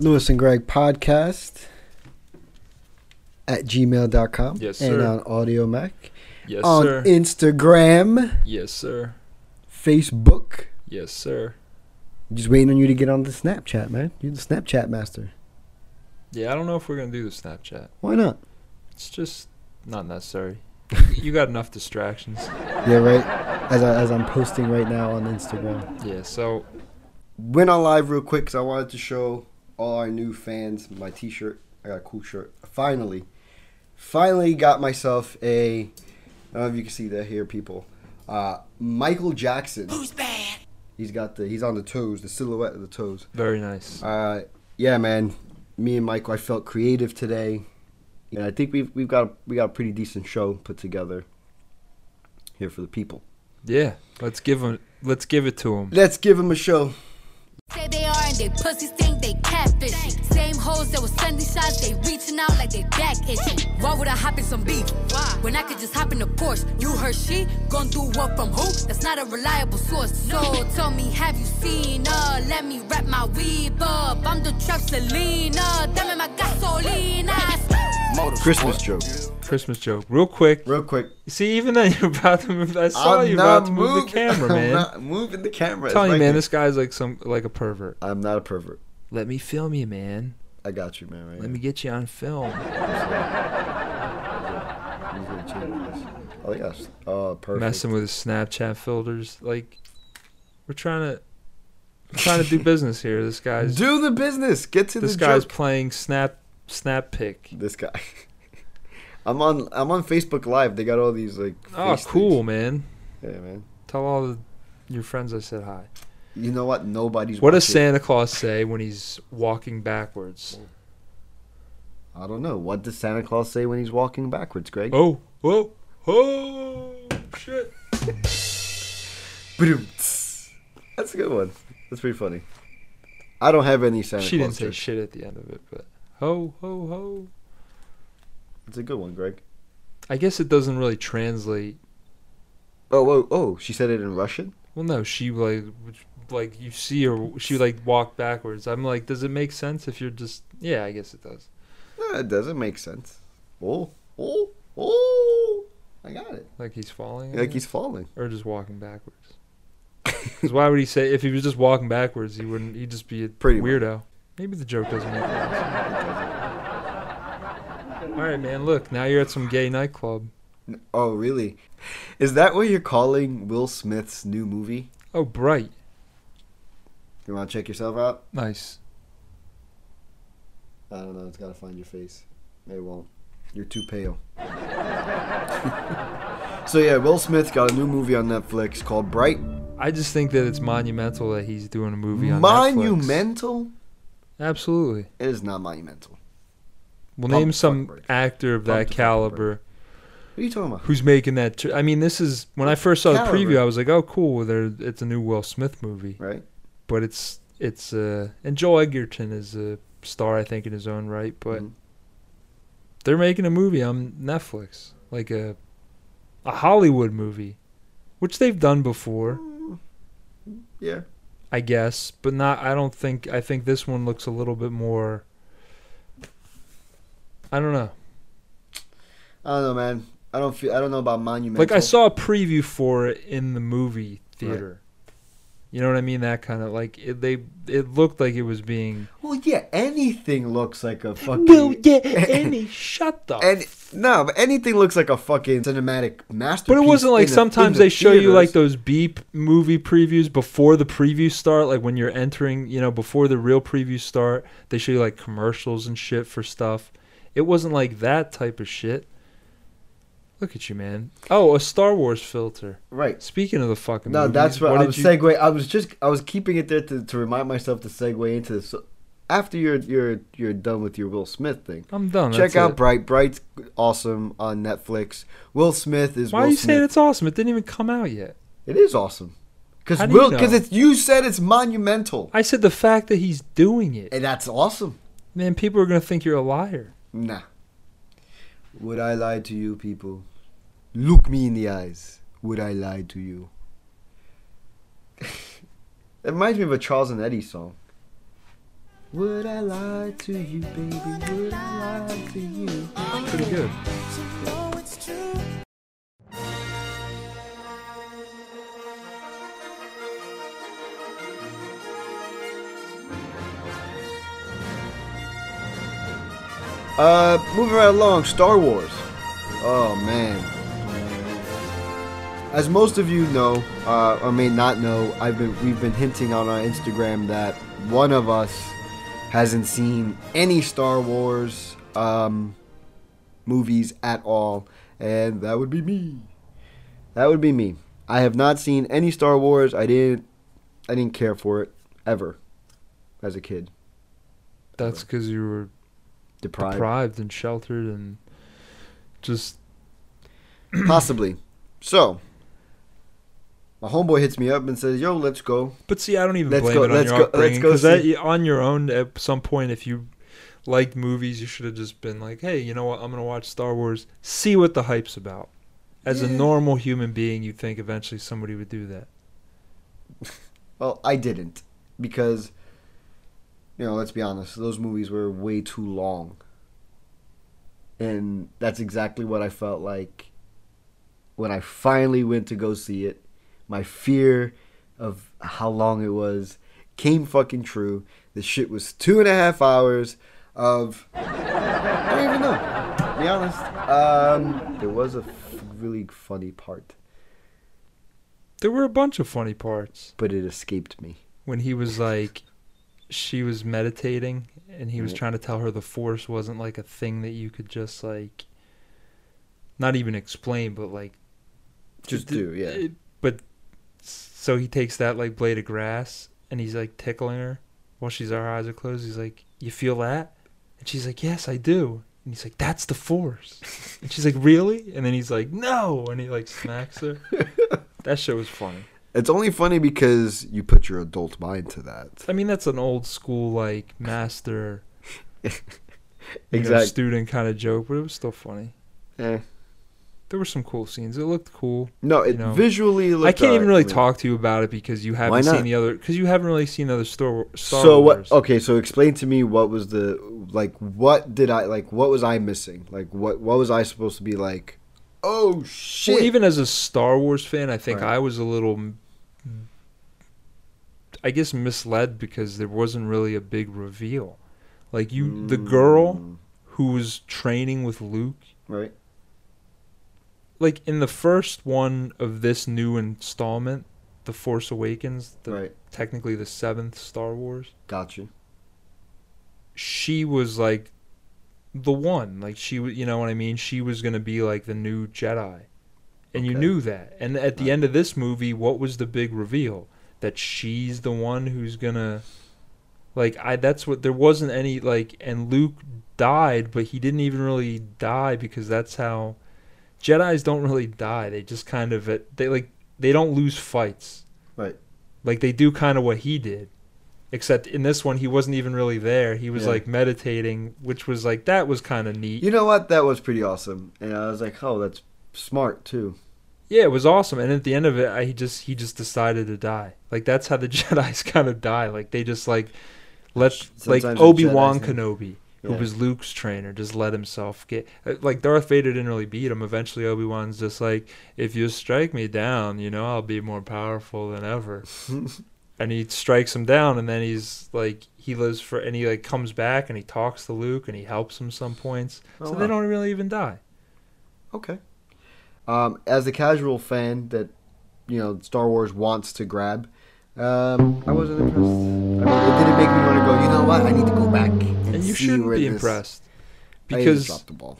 Lewis and Greg podcast at gmail.com. Yes, And sir. on Audio Mac. Yes, on sir. Instagram, yes, sir. Facebook. Yes, sir. Just waiting on you to get on the Snapchat, man. You're the Snapchat master. Yeah, I don't know if we're gonna do the Snapchat. Why not? It's just not necessary. you got enough distractions. Yeah, right. As, I, as I'm posting right now on Instagram. Yeah. So went on live real quick because I wanted to show all our new fans my T-shirt. I got a cool shirt. Finally, finally got myself a. I don't know if you can see that here, people. Uh, Michael Jackson. Who's bad? He's got the. He's on the toes. The silhouette of the toes. very nice. Uh, yeah, man. Me and Michael, I felt creative today, and I think we've we've got a, we got a pretty decent show put together here for the people. Yeah. Let's give him. Let's give it to him. Let's give him a show. Say they are and they pussies think they catfish. Same hoes that was sending shots, they reaching out like they back itch. Why would I hop in some beef? Why? When I could just hop in the Porsche. You heard she gon' do what from who? That's not a reliable source. So tell me, have you seen her? Let me wrap my weave up. I'm the trap Selena. Damn it, my gasolina. Christmas joke. Christmas joke, real quick. Real quick. See, even then you're about to move. I saw you about to move the camera, man. I'm moving the camera. telling you, man, this guy's like some like a pervert. I'm not a pervert. Let me film you, man. I got you, man. Right Let me get you on film. Oh yes. Oh, perfect. Messing with his Snapchat filters, like we're trying to we're trying to do business here. This guy's Do the business. Get to this the guy's joke. playing snap snap pick. This guy. I'm on. I'm on Facebook Live. They got all these like. Oh, face cool, man. things. Yeah, man. Tell all the, your friends I said hi. You know what? Nobody's. What does watching. Santa Claus say when he's walking backwards? I don't know. What does Santa Claus say when he's walking backwards, Greg? Oh, whoa, oh, shit. Boom. That's a good one. That's pretty funny. I don't have any Santa She didn't Claus. say jokes. shit at the end of it, but ho, ho, ho. It's a good one, Greg. I guess it doesn't really translate. Oh, oh, oh! She said it in Russian. Well, no, she like, like you see her, she like walked backwards. I'm like, does it make sense if you're just? Yeah, I guess it does. Yeah, it doesn't make sense. Oh, oh, oh! I got it. Like he's falling, I Like guess? he's falling. or just walking backwards. Because why would he say if he was just walking backwards, he wouldn't? He'd just be a Pretty much. weirdo. Maybe the joke doesn't make sense. All right, man. Look, now you're at some gay nightclub. Oh, really? Is that what you're calling Will Smith's new movie? Oh, bright, You want to check yourself out? nice. I don't know. It's got to find your face. It won't. You're too pale. so yeah, Will Smith got a new movie on Netflix called Bright. I just think that it's monumental that he's doing a movie on Netflix. Monumental? Absolutely. It is not monumental. Well, Pump name the some fucking brakes. actor of Pump the that fucking caliber What are you talking about? who's making that. Tr- I mean, this is when I first saw the Caliber. preview, I was like, "Oh, cool! There, it's a new Will Smith movie." Right? But it's it's uh, and Joel Edgerton is a star, I think, in his own right. But Mhm. they're making a movie on Netflix, like a a Hollywood movie, which they've done before, Yeah. I guess. But not. I don't think. I think this one looks a little bit more. I don't know. I don't know, man. I don't feel. I don't know about monumental. Like I saw a preview for it in the movie theater. You know what I mean? That kind of like it, they it looked like it was being. Well, yeah, anything looks like a fucking. yeah, Annie, shut up. And no, but anything looks like a fucking cinematic masterpiece. but it wasn't in like the- sometimes in the they show you like theaters. those beep movie previews before the previews start, like when you're entering, you know, before the real previews start, they show you like commercials and shit for stuff. It wasn't like that type of shit. Look at you, man. Oh, a Star Wars filter. right. Speaking of the fucking No, movies, that's what, what I did was you- segue. I was just I was keeping it there to, to remind myself to segue into this. So, after you're you're you're done with your Will Smith thing, I'm done. check Oh, that's out it. Bright. Bright's awesome on Netflix. Will Smith is. Why Will are you Smith. saying it's awesome? It didn't even come out yet. It is awesome. Because How do Will, you know? because it's you said it's monumental, I said the fact that he's doing it. and that's awesome. Man, people are gonna think you're a liar. Nah. Would I lie to you, people? Look me in the eyes. Would I lie to you? it reminds me of a Charles and Eddie song. Would I lie to you, baby? Would I lie to you? Pretty good. Uh, moving right along, Star Wars. Oh man. As most of you know, uh, or may not know, I've been we've been hinting on our Instagram that one of us hasn't seen any Star Wars um, movies at all, and that would be me. That would be me. I have not seen any Star Wars. I didn't. I didn't care for it ever, as a kid. That's because you were Deprived. deprived and sheltered and just Possibly. So, my homeboy hits me up and says, "Yo, let's go." But see, I don't even Let's blame go- it on let's your go- upbringing let's go because that see- on your own at some point, if you liked movies, you should have just been like, "Hey, you know what? I'm gonna watch Star Wars. See what the hype's about." As a normal human being, you think eventually somebody would do that. Well, I didn't because, you know, let's be honest, those movies were way too long, and that's exactly what I felt like when I finally went to go see it. My fear of how long it was came fucking true. The shit was two and a half hours of. I don't even know. To be honest, um, there was a f- really funny part, There were a bunch of funny parts but it escaped me. when he was like, she was meditating and he was Right. trying to tell her the Force wasn't like a thing that you could just like, not even explain, but like Just Th- do, yeah. it- But so he takes that like blade of grass and he's like tickling her while she's her eyes are closed. He's like, "You feel that?" And she's like, "Yes, I do." And he's like, "That's the force." and she's like, "Really?" And then he's like, "No," and he like smacks her. that shit was funny. It's only funny because you put your adult mind to that. I mean, that's an old school like master you know, Exact- student kind of joke, but it was still funny. Eh. There were some cool scenes. It looked cool. No, it You know, visually. Looked I can't even alright really to me. talk to you about it because you Why haven't not? seen the other because you haven't really seen the other Star, Star so Wars. what? oh, Okay, so explain to me what was the like? What did I like? What was I missing? Like what? What was I supposed to be like? Oh shit! Well, even as a Star Wars fan, I think Right. I was a little, m- I guess, misled because there wasn't really a big reveal. Like you, the girl Mm, who was training with Luke, right? like in the first one of this new installment, The Force Awakens, the, Right. technically the seventh Star Wars. Gotcha. she was like the one like she was you know what i mean she was going to be like the new jedi and you Okay. knew that and at the end of this movie what was the big reveal that she's the one who's going to like i that's what there wasn't any like and luke died but he didn't even really die because that's how jedis don't really die they just kind of uh, they like they don't lose fights Right. like they do kind of what he did except in this one he wasn't even really there he was Yeah. like meditating which was like that was kind of neat You know what? That was pretty awesome, and I was like, oh, that's smart too. yeah it was awesome and at the end of it I, he just he just decided to die like that's how the jedis kind of die like they just like let Sometimes like the obi-wan Jedis- kenobi who Yeah. was luke's trainer just let himself get uh, like darth vader didn't really beat him eventually obi-wan's just like if you strike me down you know i'll be more powerful than ever and he strikes him down and then he's like he lives for and he like comes back and he talks to luke and he helps him some points Oh, so wow. they don't really even die Okay. Um, as a casual fan that you know Star Wars wants to grab, um, I wasn't impressed. I mean, it didn't make me want to go. You know what? I need to go back and, and you see shouldn't where be this- impressed I because dropped the ball.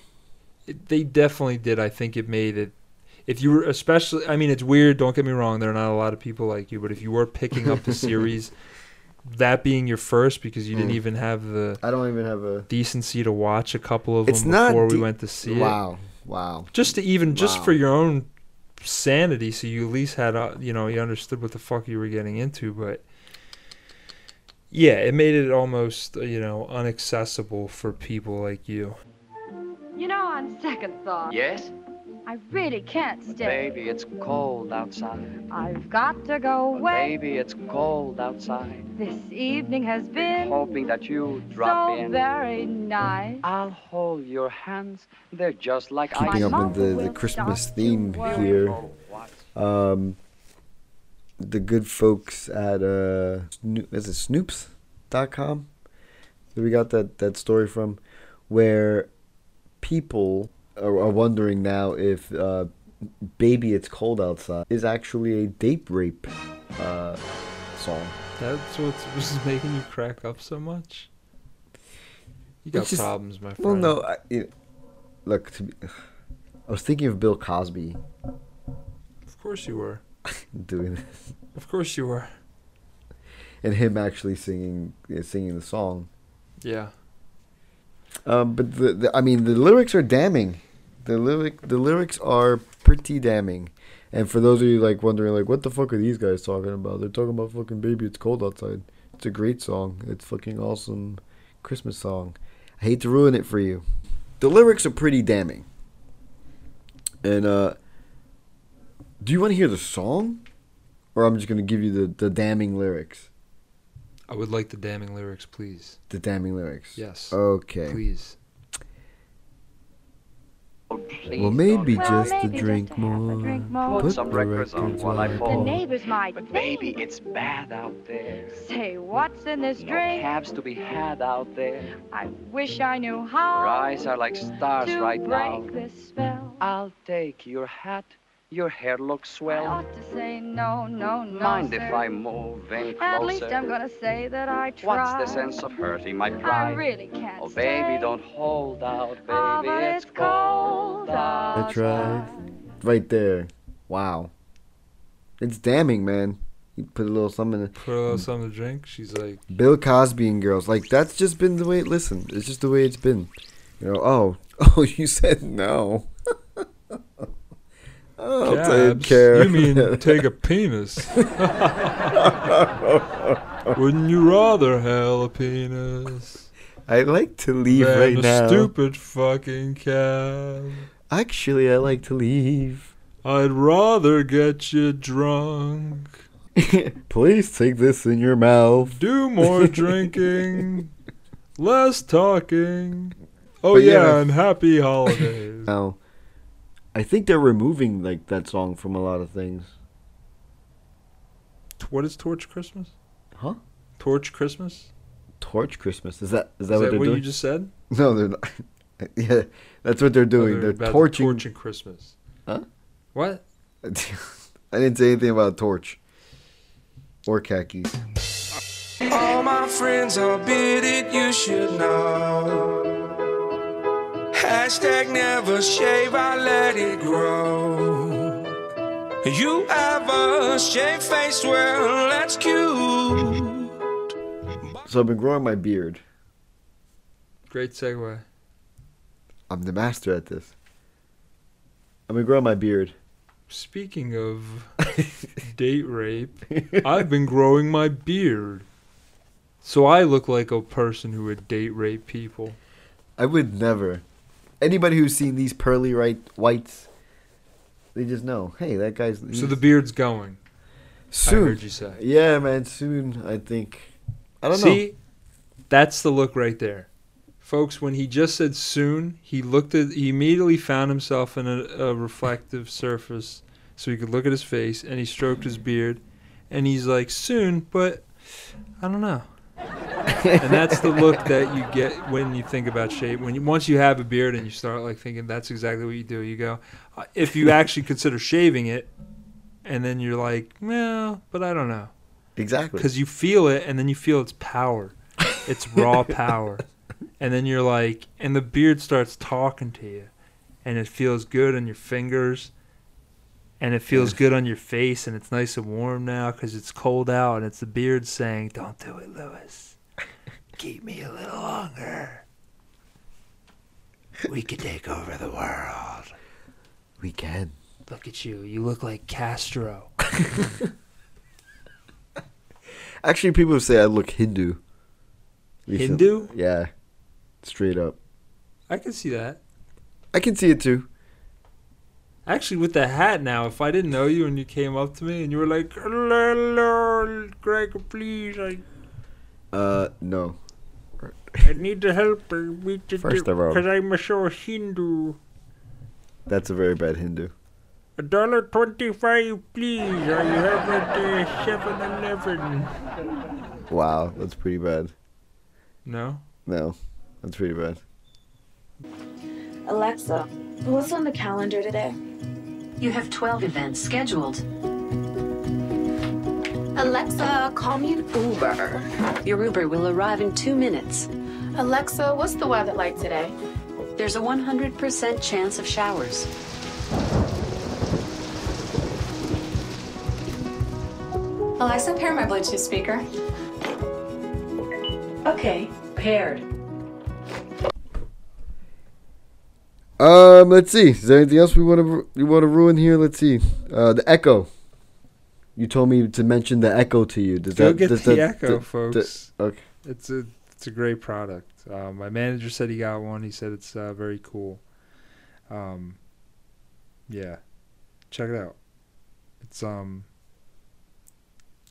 it- they definitely did. I think it made it. If you were especially, I mean, it's weird. Don't get me wrong. There are not a lot of people like you, but if you were picking up the series, that being your first, because you didn't Mm. even have the I don't even have a. decency to watch a couple of It's them not before we de- went to see it, wow, wow. just to even just Wow. for your own sanity, so you at least had, uh, you know, you understood what the fuck you were getting into. But yeah, it made it almost, uh, you know, unaccessible for people like you. You know, on second thought, Yes? I really can't stay. Baby, it's cold outside. I've got to go away. Baby, it's cold outside. This evening has been Hoping that you drop so in. very nice. I'll hold your hands. They're just like My Keeping ice. up mouth with the, the will Christmas stop theme to work. here. Oh, what? Um, the good folks at uh, Snoop, is it Snoops.com? We got that, that story from where people are, are wondering now if uh, "Baby It's Cold Outside" is actually a date rape uh, song. That's what's what's making you crack up so much. You got It's just- problems, my friend. Well, no, I, Uh, it, look. To be, I was thinking of Bill Cosby Of course you were. doing this. Of course you were. and him actually singing uh, singing the song. Yeah. Um, but the, the I mean the lyrics are damning. The lyric the lyrics are pretty damning. And for those of you like wondering like what the fuck are these guys talking about? They're talking about fucking baby it's cold outside. It's a great song. It's fucking awesome Christmas song. I hate to ruin it for you. The lyrics are pretty damning. And uh do you want to hear the song? Or I'm just going to give you the, the damning lyrics. I would like the damning lyrics, please. The damning lyrics. Yes. Okay. Please. Oh, please Well, don't maybe Well, just maybe a just drink to have a more. drink more. Put some the records on records while I on. The fall. neighbors might But think. baby, it's bad out there. Say, what's in this No drink? cabs to be had out there. I wish I knew how Your eyes are like stars to right now. Ah, break this spell. I'll take your hat. Your hair looks I swell. ought to say no, no, no, Mind if sir. I move in closer? At least I'm gonna say that I tried. What's the sense of hurting my I pride? really can't oh, stay. baby, don't hold out, baby. Ah, but it's it's cold out. That's right. Right there. Wow. It's damning, man. You put a little something in Put a little something to drink. She's like, Bill Cosby and girls. Like that's just been the way it listen. It's just the way it's been. You know, oh oh you said no. oh I don't "Cabs? care. You mean take a penis? Wouldn't you rather hell a penis I like to leave than right a now. stupid fucking cab? Actually I like to leave. I'd rather get you drunk, Please take this in your mouth. do more drinking, less talking. Oh But yeah, yeah. Uh, and happy holidays. Now I think they're removing like that song from a lot of things. T- what is Torch Christmas? Huh? Torch Christmas? Torch Christmas. Is that is that Is what that they're what doing? you just said? No, they're not. yeah, that's what they're doing. Oh, they're about to torching. torching Christmas. Huh? What? I didn't say anything about a torch or khakis. All my friends are bearded, you should know. Hashtag never shave, I let it grow. You have a shaved face, well, that's cute. So I've been growing my beard. Great segue. I'm the master at this. I've been growing my beard. Speaking of date rape, I've been growing my beard. So I look like a person who would date rape people. I would never. Anybody who's seen these pearly right whites, they just know. Hey, that guy's. So the he's- beard's going. soon. I heard you say. Yeah, man. Soon, I think. I don't know. See? That's the look right there. Folks, when he just said soon, he looked at he immediately found himself in a, a reflective surface so he could look at his face and he stroked his beard and he's like soon, but I don't know. and that's the look that you get when you think about shape. When you, once you have a beard and you start like thinking, that's exactly what you do. You go, uh, if you actually consider shaving it, and then you're like, well, but I don't know, Exactly. because you feel it, and then you feel its power, its raw power, and then you're like, and the beard starts talking to you, and it feels good on your fingers, and it feels good on your face, and it's nice and warm now because it's cold out, and it's the beard saying, "Don't do it, Lewis. Keep me a little longer. We could take over the world. We can. Look at you. You look like Castro. Actually, people say I look Hindu. recently. Hindu? Yeah. Straight up. I can see that. I can see it too. Actually, with the hat now, if I didn't know you and you came up to me and you were like, "Hello, Greg, please, I, Uh, no. I need the help. I need to First of all- because I'm a sure Hindu. That's a very bad Hindu. A dollar twenty-five, please. I have it uh, seven-eleven. Wow, that's pretty bad. No, No, that's pretty bad. Alexa, what's on the calendar today? You have 12 events scheduled. Alexa, call me an Uber. Your Uber will arrive in two minutes. Alexa, what's the weather like today? There's a 100% chance of showers. Alexa, pair my Bluetooth speaker. Okay, paired. Um, let's see. Is there anything else we want to you want to ruin here? Let's see. Uh, the echo. You told me to mention the echo to you. Does Go that, get does the that- Echo, d- d- folks. okay. it's a it's a great product. Uh, my manager said he got one. He said it's uh, very cool. Um, yeah, check it out. It's um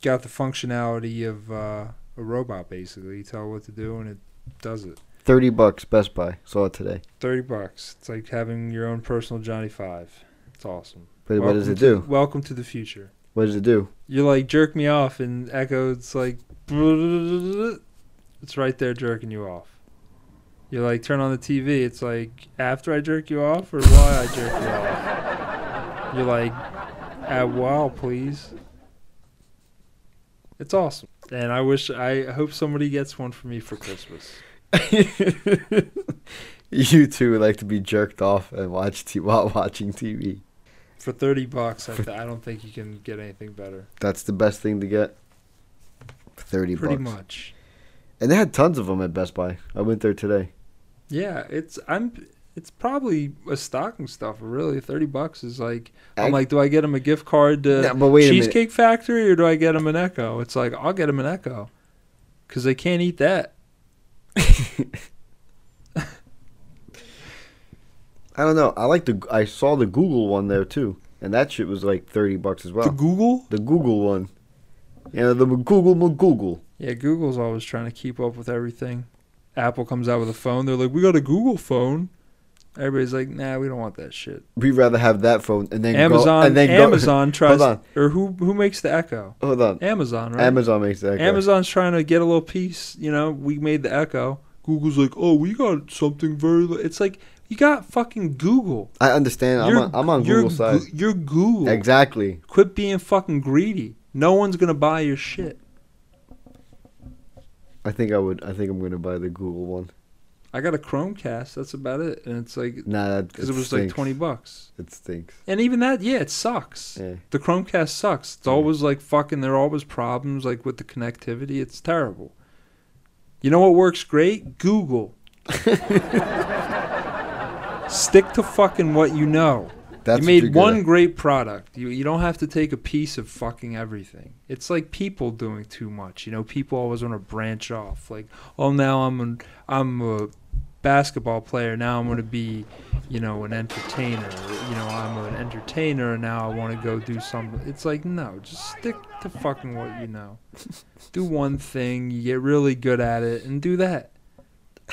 got the functionality of uh, a robot basically. You tell it what to do and it does it. Thirty bucks, Best Buy. Saw it today. Thirty bucks. It's like having your own personal Johnny Five. It's awesome. But what does Welcome it to- do? Welcome to the future. What does it do? You're like jerk me off, and Echo's like, it's right there jerking you off. You're like turn on the TV. It's like after I jerk you off or while I jerk you off. You're like, at while please. It's awesome, and I wish I hope somebody gets one for me for Christmas. you two would like to be jerked off and watch t- while watching TV. For thirty bucks, I, th- I don't think you can get anything better. That's the best thing to get. Thirty Pretty bucks. much. And they had tons of them at Best Buy. I went there today. Yeah, it's I'm it's probably a stocking stuffer. Really, thirty bucks is like I'm I- like, do I get him a gift card to Nah, but wait a minute. Cheesecake Factory or do I get him an Echo? It's like I'll get him an Echo because they can't eat that. I don't know. I like the. I saw the Google one there too, and that shit was like thirty bucks as well. The Google, The Google one. Yeah, the Google McGoogle. yeah, Google's always trying to keep up with everything. Apple comes out with a phone. They're like, we got a Google phone. Everybody's like, nah, we don't want that shit. We'd rather have that phone and then Amazon, go, and then go- Amazon tries, Hold on, or who who makes the Echo? hold on. Amazon, right? Amazon makes that. go. Amazon's trying to get a little piece. You know, we made the Echo. Google's like, oh, we got something very. Li-. It's like you got fucking Google. I understand. I'm You're- on, I'm on you're Google's side. Goo- You're Google. Exactly. Quit being fucking greedy. No one's gonna buy your shit. I think I would. I think I'm gonna buy the Google one. I got a Chromecast. That's about it. And it's like Nah, that because it it was like stinks. twenty bucks. It stinks. And even that, yeah, it sucks. Yeah. The Chromecast sucks. It's always like fucking. There are always problems like with the connectivity. It's terrible. You know what works great? Google. Stick to fucking what you know. That's you what made you're good one at. great product. You you don't have to take a piece of fucking everything. It's like people doing too much. You know, people always want to branch off. Like, oh, now I'm an I'm a basketball player. Now I'm going to be, you know, an entertainer. You know, I'm an entertainer. and Now I want to go do something. It's like no, just stick to fucking what you know. do one thing. You get really good at it, and do that.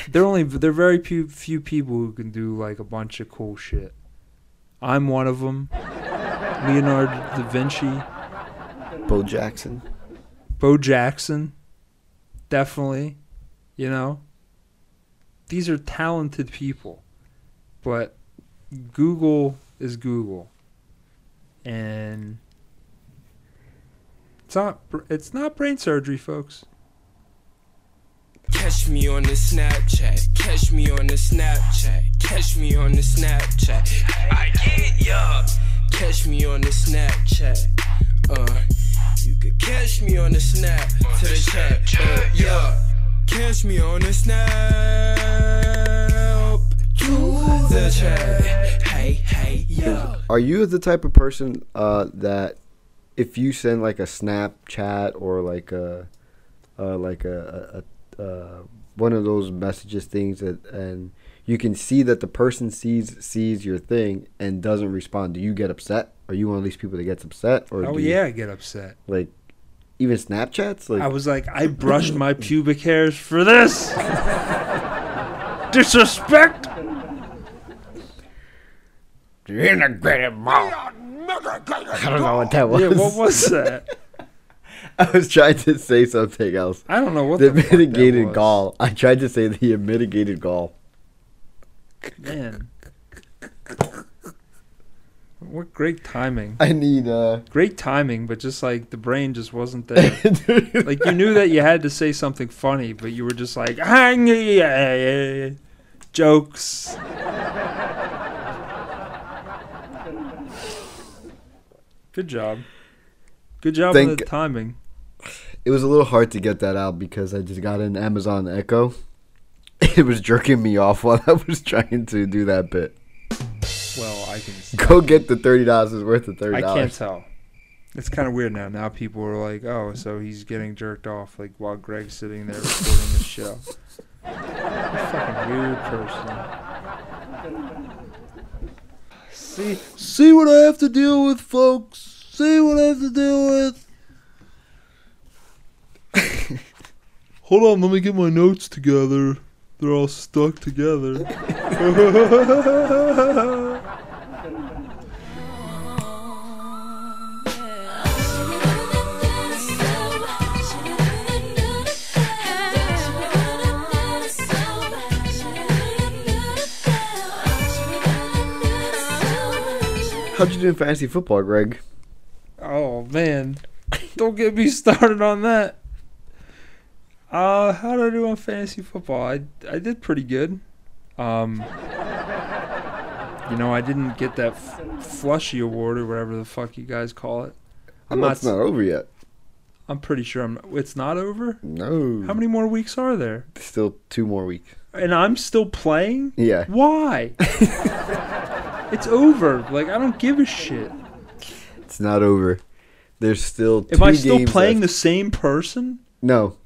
There are only there are very few few people who can do like a bunch of cool shit. I'm one of them. Leonardo da Vinci, Bo Jackson. Bo Jackson, definitely. You know, these are talented people, but Google is Google, and it's not it's not brain surgery, folks. Catch me on the Snapchat. Catch me on the Snapchat. Catch me on the Snapchat. I get ya. Catch me on the Snapchat. Uh, you could catch me on the snap to the chat. Uh, yeah. Catch me on the snap to the chat. Hey, hey, yeah. Are you the type of person uh, that if you send like a Snapchat or like a uh, like a, a, a uh, one of those messages things that and you can see that the person sees sees your thing and doesn't respond. Do you get upset? Are you one of these people that gets upset? Or Oh do you- yeah, I get upset. like even Snapchats. Like I was like, I brushed my pubic hairs for this. Disrespect. I don't know what that was. Yeah, what was that? I was trying to say something else. I don't know what The the fuck that mitigated was. gall. I tried to say the mitigated gall. Man. What great timing. I need uh. Great timing, but just like the brain just wasn't there. like you knew that you had to say something funny, but you were just like, ah, yeah, yeah, yeah, yeah, jokes. Good job. Good job on Think- the timing. it was a little hard to get that out because I just got an Amazon Echo. It was jerking me off while I was trying to do that bit. Well, I can. Go get the thirty dollars worth of I thirty can't dollars. tell. It's kind of weird now. Now people are like, "Oh, so he's getting jerked off," like while Greg's sitting there recording the show. fucking weird person. See, see what I have to deal with, folks. See what I have to deal with. Hold on, let me get my notes together. They're all stuck together. How'd you do in fantasy football, Greg? Oh man, don't get me started on that. Uh, how did I do on fantasy football? I I did pretty good. Um, you know, I didn't get that f- flushy award or whatever the fuck you guys call it. I'm No, not. it's not over yet. I'm pretty sure I'm. It's not over. No. How many more weeks are there? Still two more weeks. And I'm still playing. Yeah. Why? it's over. Like I don't give a shit. It's not over. There's still. Am two I still games playing left. the same person? No.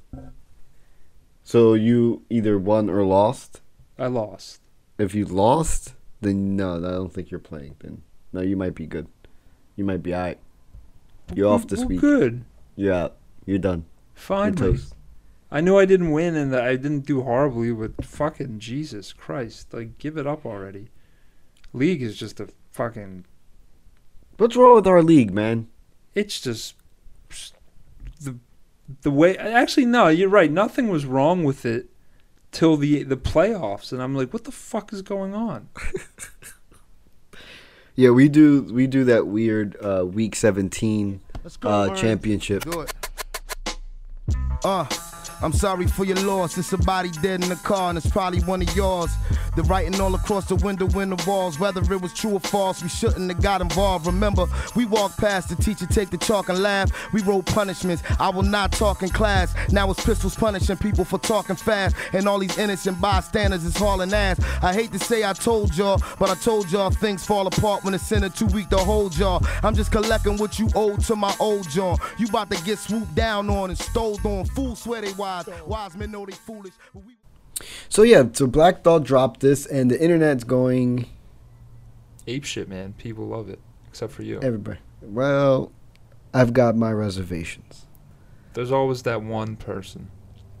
So you either won or lost. I lost. If you lost, then no, I don't think you're playing. Then no, you might be good. You might be alright. You're off this Well, week. Good. You're out. You're done. You're Fine. me. toast. I knew I didn't win and that I didn't do horribly, but fucking Jesus Christ. Like, give it up already. League is just a fucking. What's wrong with our league, man? It's just. The, the way. Actually, no, you're right. Nothing was wrong with it till the, the playoffs. And I'm like, what the fuck is going on? Yeah, we do we do that weird uh, week 17 uh, championship. Do it. Uh, I'm sorry for your loss. There's somebody dead in the car, and it's probably one of yours. The writing all across the window in the walls. Whether it was true or false, we shouldn't have got involved. Remember, we walked past the teacher, take the chalk and laugh. We wrote punishments. I will not talk in class. Now it's pistols punishing people for talking fast, and all these innocent bystanders is hauling ass. I hate to say I told y'all, but I told y'all things fall apart when it's in a too weak to hold y'all. I'm just collecting what you owe to my old John. You about to get swooped down on and stole on. Fools swear they wise. Wise men know they foolish. But we- So yeah, so Black Doll dropped this and the internet's going Ape shit, man. People love it. Except for you. everybody. Well, I've got my reservations. There's always that one person.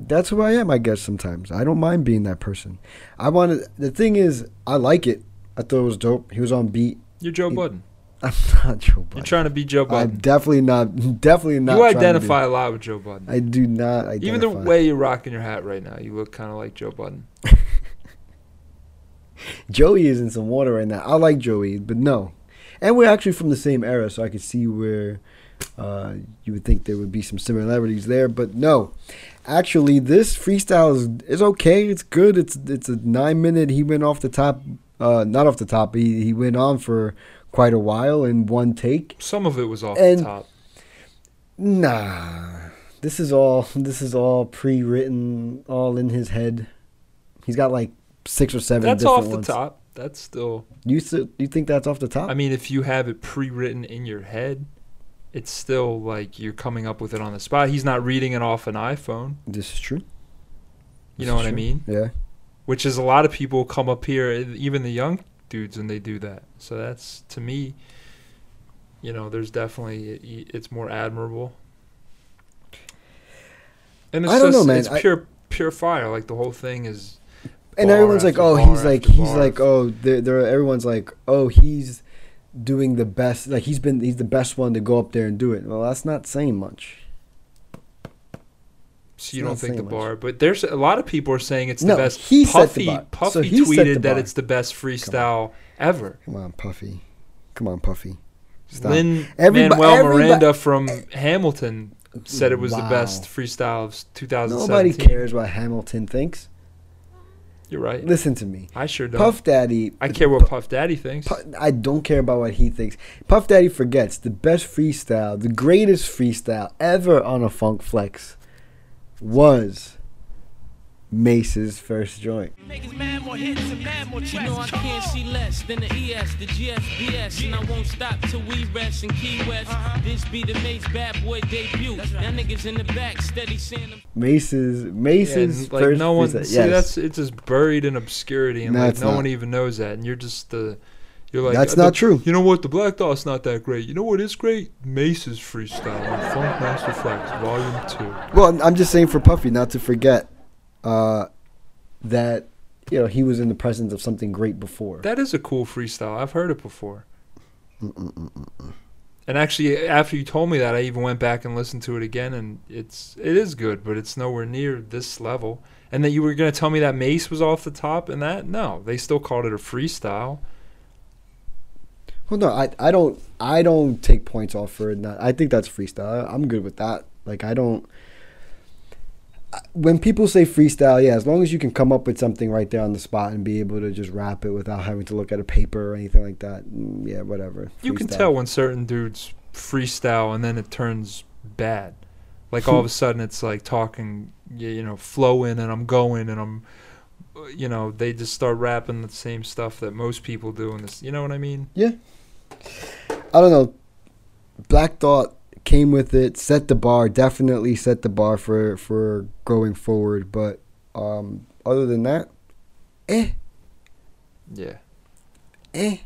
That's who I am, I guess sometimes. I don't mind being that person. I wanted the thing is, I like it. I thought it was dope. He was on beat. You're Joe Budden. I'm not Joe Budden. You're trying to be Joe I'm Budden. definitely not. Definitely not. You trying to be- identify a lot with Joe Budden. I do not identify. Even the way you're rocking your hat right now, you look kind of like Joe Budden. Joey is in some water right now. I like Joey, but no. And we're actually from the same era, so I could see where uh, you would think there would be some similarities there, but no. Actually, this freestyle is, is okay. It's good. It's it's a nine minute. He went off the top, uh, not off the top. He he went on for quite a while in one take. Some of it was off And- the top. Nah, this is all this is all pre-written, all in his head. He's got like six or seven. That's different off the ones. top. That's still. You s- you think that's off the top? I mean, if you have it pre-written in your head, it's still like you're coming up with it on the spot. He's not reading it off an iPhone. This is true. You This know is what I true. mean? Yeah. which is a lot of people come up here, e, even the young dudes, and they do that. So that's to me, you know, there's definitely it's more admirable. And it's I don't just know, man. it's I- pure pure fire. Like the whole thing is. and bar everyone's like, after oh, bar he's like, after he's bar like, oh, they're, they're, everyone's like, oh, he's doing the best. Like he's been, he's the best one to go up there and do it. Well, that's not saying much. So you It's don't think not the saying much. bar, but there's a lot of people are saying it's No, the best. he set Puffy the bar. Puffy So he set the tweeted that bar. it's the best freestyle ever. Come on, Puffy. Come on, Puffy. Stop. Lin Everybo- Manuel everybo- Miranda from Hamilton said it was the Wow. best freestyle of Nobody 2017. cares what Hamilton thinks. You're right. Listen to me. I sure don't. Puff Daddy. I care what Puff Daddy thinks. Pu- I don't care about what he thinks. Puff Daddy forgets the best freestyle, the greatest freestyle ever on a Funk Flex was Mace's first joint. You know I can't see less than the ES, the GSBS, and I won't stop till we rest in Key West. This be the Mace Bad Boy debut. Y'all niggas in the back, steady seeing them. Mace's Yeah, and, Mace's like first no one. freestyle. See, yes. that's it's just buried in obscurity, and No, like it's no not. one even knows that. And you're just the. You're like That's "Uh, the- not true." You know what? The Black Dot's not that great. You know what is great? Mace's freestyle on Funk Master Flex Volume Two. well, I'm- I'm just saying for Puffy not to forget uh, that you know he was in the presence of something great before. That is a cool freestyle. I've heard it before. And actually, after you told me that, I even went back and listened to it again, and it's it is good, but it's nowhere near this level. And that you were gonna tell me that Mace was off the top, and that no, they still called it a freestyle. Well, no, I, I don't I don't take points off for that. I think that's freestyle. I, am good with that. Like I don't. I- When people say freestyle, yeah, as long as you can come up with something right there on the spot and be able to just rap it without having to look at a paper or anything like that, mm, yeah, whatever. You can Freestyle. tell when certain dudes freestyle, and then it turns bad. Like all of a sudden, it's like talking, y- you know, flowing, and I'm going, and I'm, uh, you know, they just start rapping the same stuff that most people do, and this, you know what I mean? Yeah. I don't know. Black Thought came with it, set the bar, definitely set the bar for for going forward. But um, other than that, eh, Yeah. eh.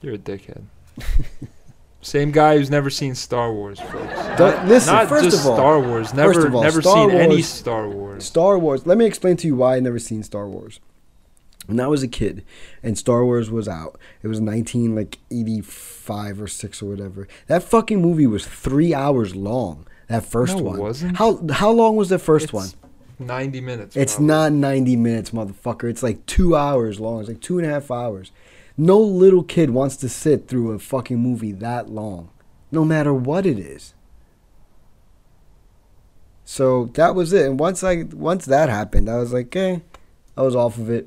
You're a dickhead. Same guy who's never seen Star Wars, folks. Don't- listen, not first just of all- Star Wars. Never, first of all, never Star seen any Wars- Star Wars. Star Wars. Let me explain to you why I never seen Star Wars. When I was a kid, and Star Wars was out, it was nineteen like eighty five or six or whatever. That fucking movie was three hours long. That first No, it one. wasn't. How how long was the first It's one? Ninety minutes. It's probably. not 90 minutes, motherfucker. It's like two hours long. It's like two and a half hours. No little kid wants to sit through a fucking movie that long, no matter what it is. So that was it. And once I once that happened, I was like, eh, I was off of it.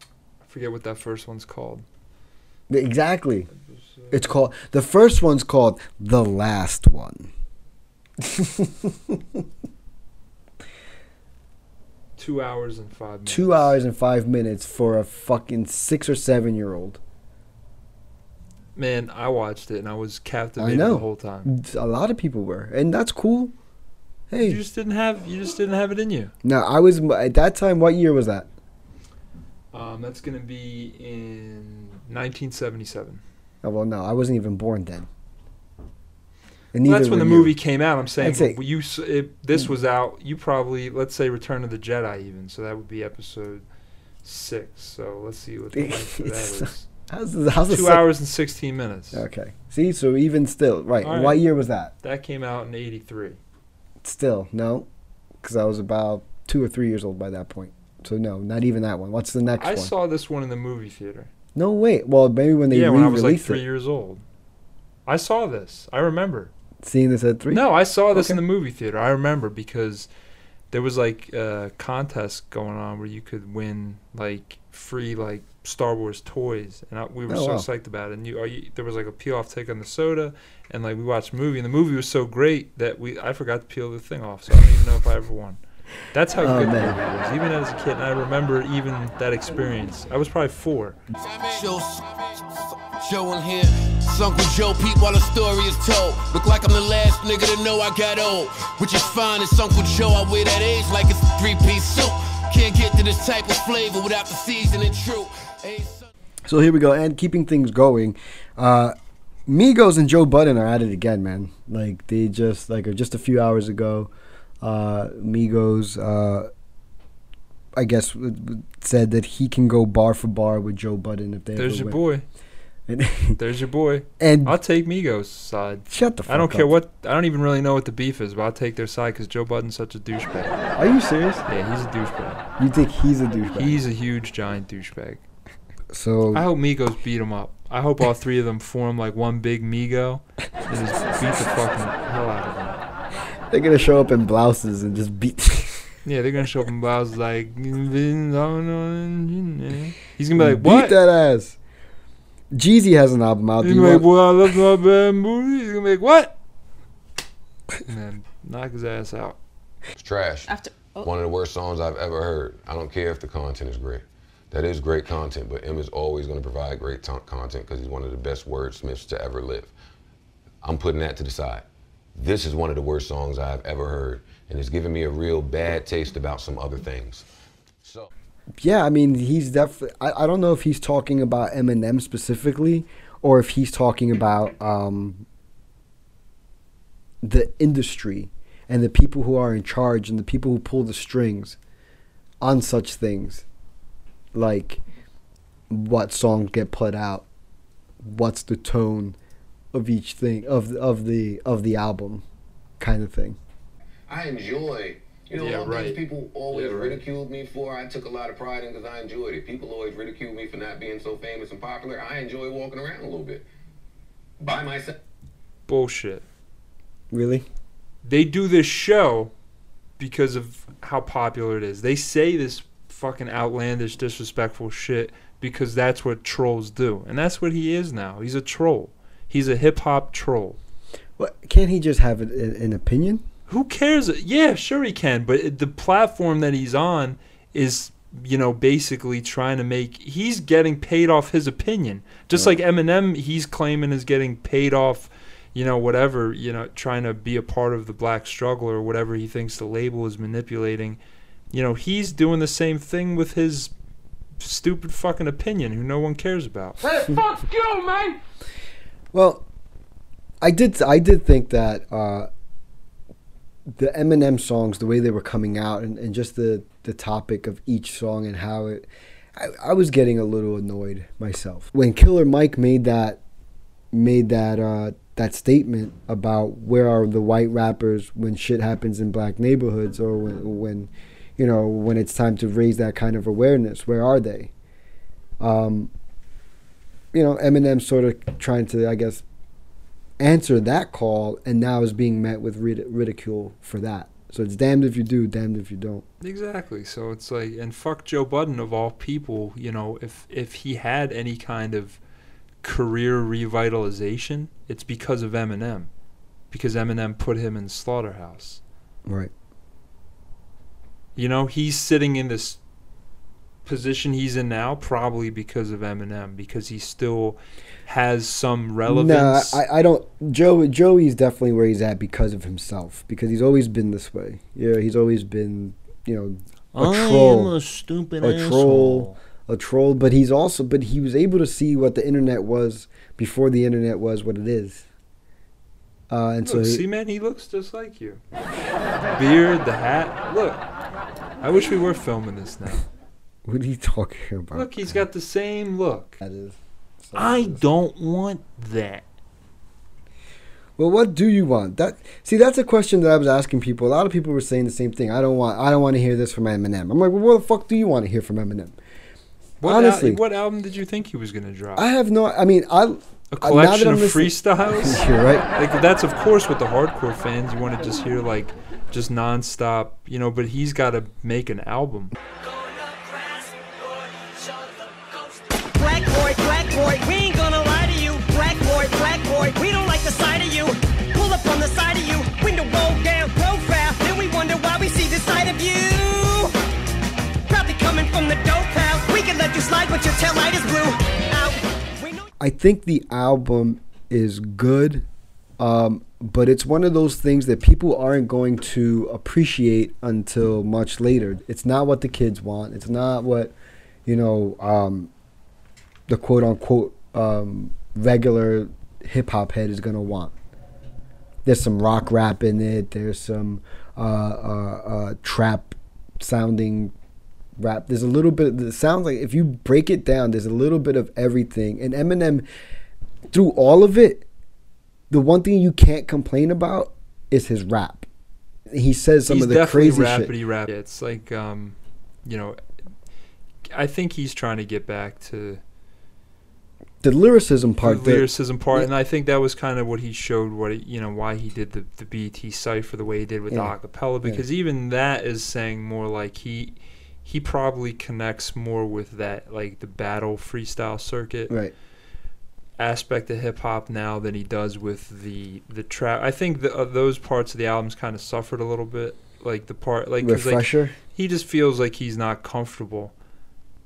I forget what that first one's called. Exactly. It's called the first one's called the last one. Two hours and five minutes. Two hours and five minutes for a fucking six or seven year old. Man, I watched it and I was captivated know. the whole time. A lot of people were, and that's cool. Hey, You just didn't have. You just didn't have it in you. No, I was at that time. What year was that? Um, that's gonna be in 1977. Oh, well, no, I wasn't even born then. Well, And neither that's when were the you. movie came out. I'm saying That's it. Hmm. but you. s- It, this was out. You probably let's say Return of the Jedi even. So that would be episode six. So let's see what the length of that It's- is. How's the, how's the Two sec- hours and 16 minutes. Okay. See, so even still, right? All right. What year was that? That came out in 83. Still, no, because I was about two or three years old by that point. So no, not even that one. What's the next I one? saw this one in the movie theater. no, wait. Well, maybe when they yeah, when I was like re-released three it. years old. I saw this. I remember. Seeing this at three. No, I saw this in the Okay. movie theater. I remember because there was like a contest going on where you could win like free like Star Wars toys, and I, we were Oh, so wow. psyched about it. And you, are you, there was like a peel off take on the soda, and like we watched the movie, and the movie was so great that we I forgot to peel the thing off, so I don't even know if I ever won. That's how Oh, good man. the movie was, even as a kid. And I remember even that experience. I was probably four. Show, show in here. Uncle Joe Pete while the story is told. Look like I'm the last nigga to know I got old. Which is fine, it's Uncle Joe. I wear that age like it's a three piece suit. Can't get to this type of flavor without the seasoning true. Ain't So here we go, and keeping things going, uh, Migos and Joe Budden are at it again, man. Like they just like just a few hours ago, uh, Migos, uh, I guess, w- w- said that he can go bar for bar with Joe Budden if they. There's your ever boy. win. There's your boy. And- I'll take Migos' side. Shut the I don't fuck care up. what. I don't even really know what the beef is, but I'll take their side because Joe Budden's such a douchebag. Are you serious? Yeah, he's a douchebag. you think he's a douchebag? He's a huge giant douchebag. so I hope Migos beat him up. I hope all three of them form like one big Migo and just beat the fucking hell out of him. they're gonna show up in blouses and just beat. Yeah, they're gonna show up in blouse like he's gonna be like, beat "What?" that ass. Jeezy has an album out. Do He's you gonna be like, want- "Well, I love my bamboo." He's gonna be like, "What?" And then knock his ass out. It's trash. After- oh. One of the worst songs I've ever heard. I don't care if the content is great. That is great content, but M is always going to provide great ton- content because he's one of the best wordsmiths to ever live. I'm putting that to the side. This is one of the worst songs I've ever heard, and it's giving me a real bad taste about some other things. Yeah, I mean, he's definitely. I, I don't know if he's talking about Eminem specifically, or if he's talking about um, the industry and the people who are in charge and the people who pull the strings on such things, like what songs get put out, what's the tone of each thing of of the of the album, kind of thing. I enjoy. You know, one things people always ridiculed me for, I took a lot of pride in because I enjoyed it. People always ridiculed me for not being so famous and popular. I enjoy walking around a little bit by myself. Bullshit. Really? They do this show because of how popular it is. They say this fucking outlandish, disrespectful shit because that's what trolls do, and that's what he is now. He's a troll. He's a hip hop troll. What can't he just have an, an opinion? who cares? Yeah, sure he can, but it- the platform that he's on is, you know, basically trying to make he's getting paid off his opinion. Just like Eminem, he's claiming is getting paid off, you know, whatever, you know, trying to be a part of the black struggle or whatever he thinks the label is manipulating. You know, he's doing the same thing with his stupid fucking opinion who no one cares about. fuck you, man! Well, I did. I did think that uh, the Eminem songs, the way they were coming out, and, and just the the topic of each song and how it, I, I was getting a little annoyed myself when Killer Mike made that made that uh, that statement about where are the white rappers when shit happens in black neighborhoods or when when you know when it's time to raise that kind of awareness where are they um, you know, Eminem sort of trying to, I guess, answer that call, and now is being met with rid- ridicule for that. So it's damned if you do, damned if you don't. Exactly. So it's like, and fuck Joe Budden of all people. You know, if if he had any kind of career revitalization, it's because of Eminem, because Eminem put him in Slaughterhouse. Right. You know, he's sitting in this position he's in now probably because of Eminem, because he still has some relevance. No, I, I don't. Joe Joey's definitely where he's at because of himself, because he's always been this way. Yeah, he's always been, you know, a I troll, am a stupid a troll, a troll. But he's also, but he was able to see what the internet was before the internet was what it is. Uh, and so Look, he- see, man, he looks just like you. Beard, the hat. Look, I wish we were filming this now. what are you talking about? Look, he's got the same look. That is. I don't want that. Well, what do you want? That see, that's a question that I was asking people. A lot of people were saying the same thing. I don't want. I don't want to hear this from Eminem. I'm like, well, what the fuck do you want to hear from Eminem? What al- Honestly, what album did you think he was gonna drop? I have no. I mean, I A I- now that collection I'm of listening- freestyles. You're right. Like that's of course what the hardcore fans you want to just hear like just nonstop, you know. But he's got to make an album. Black boy, black boy, we ain't gonna lie to you. Black boy, black boy, we don't like the sight of you. Pull up on the side of you, window roll down, profile. Then we wonder why we see the side of you. Probably coming from the dope house. We can let you slide, but your tail light is blue. Out. I think the album is good Um, but it's one of those things that people aren't going to appreciate until much later. It's not what the kids want. It's not what, you know, um, the quote unquote um, regular hip hop head is going to want. There's some rock rap in it, there's some uh, uh, uh, trap sounding rap. There's a little bit, it sounds like if you break it down, there's a little bit of everything. And Eminem, through all of it, the one thing you can't complain about is his rap. He says some he's of the definitely crazy shit. rappity rap. It's like, um, you know, I think he's trying to get back to The lyricism part. the that- lyricism part, Yeah. and I think that was kind of what he showed. What it, you know, why he did the the BT cipher the way he did with Yeah. the acapella, Yeah. because even that is saying more like he he probably connects more with that like the battle freestyle circuit Right. aspect of hip hop now than he does with the the trap. I think the, uh, those parts of the albums kind of suffered a little bit, like the part like 'cause, like, Refresher? he just feels like he's not comfortable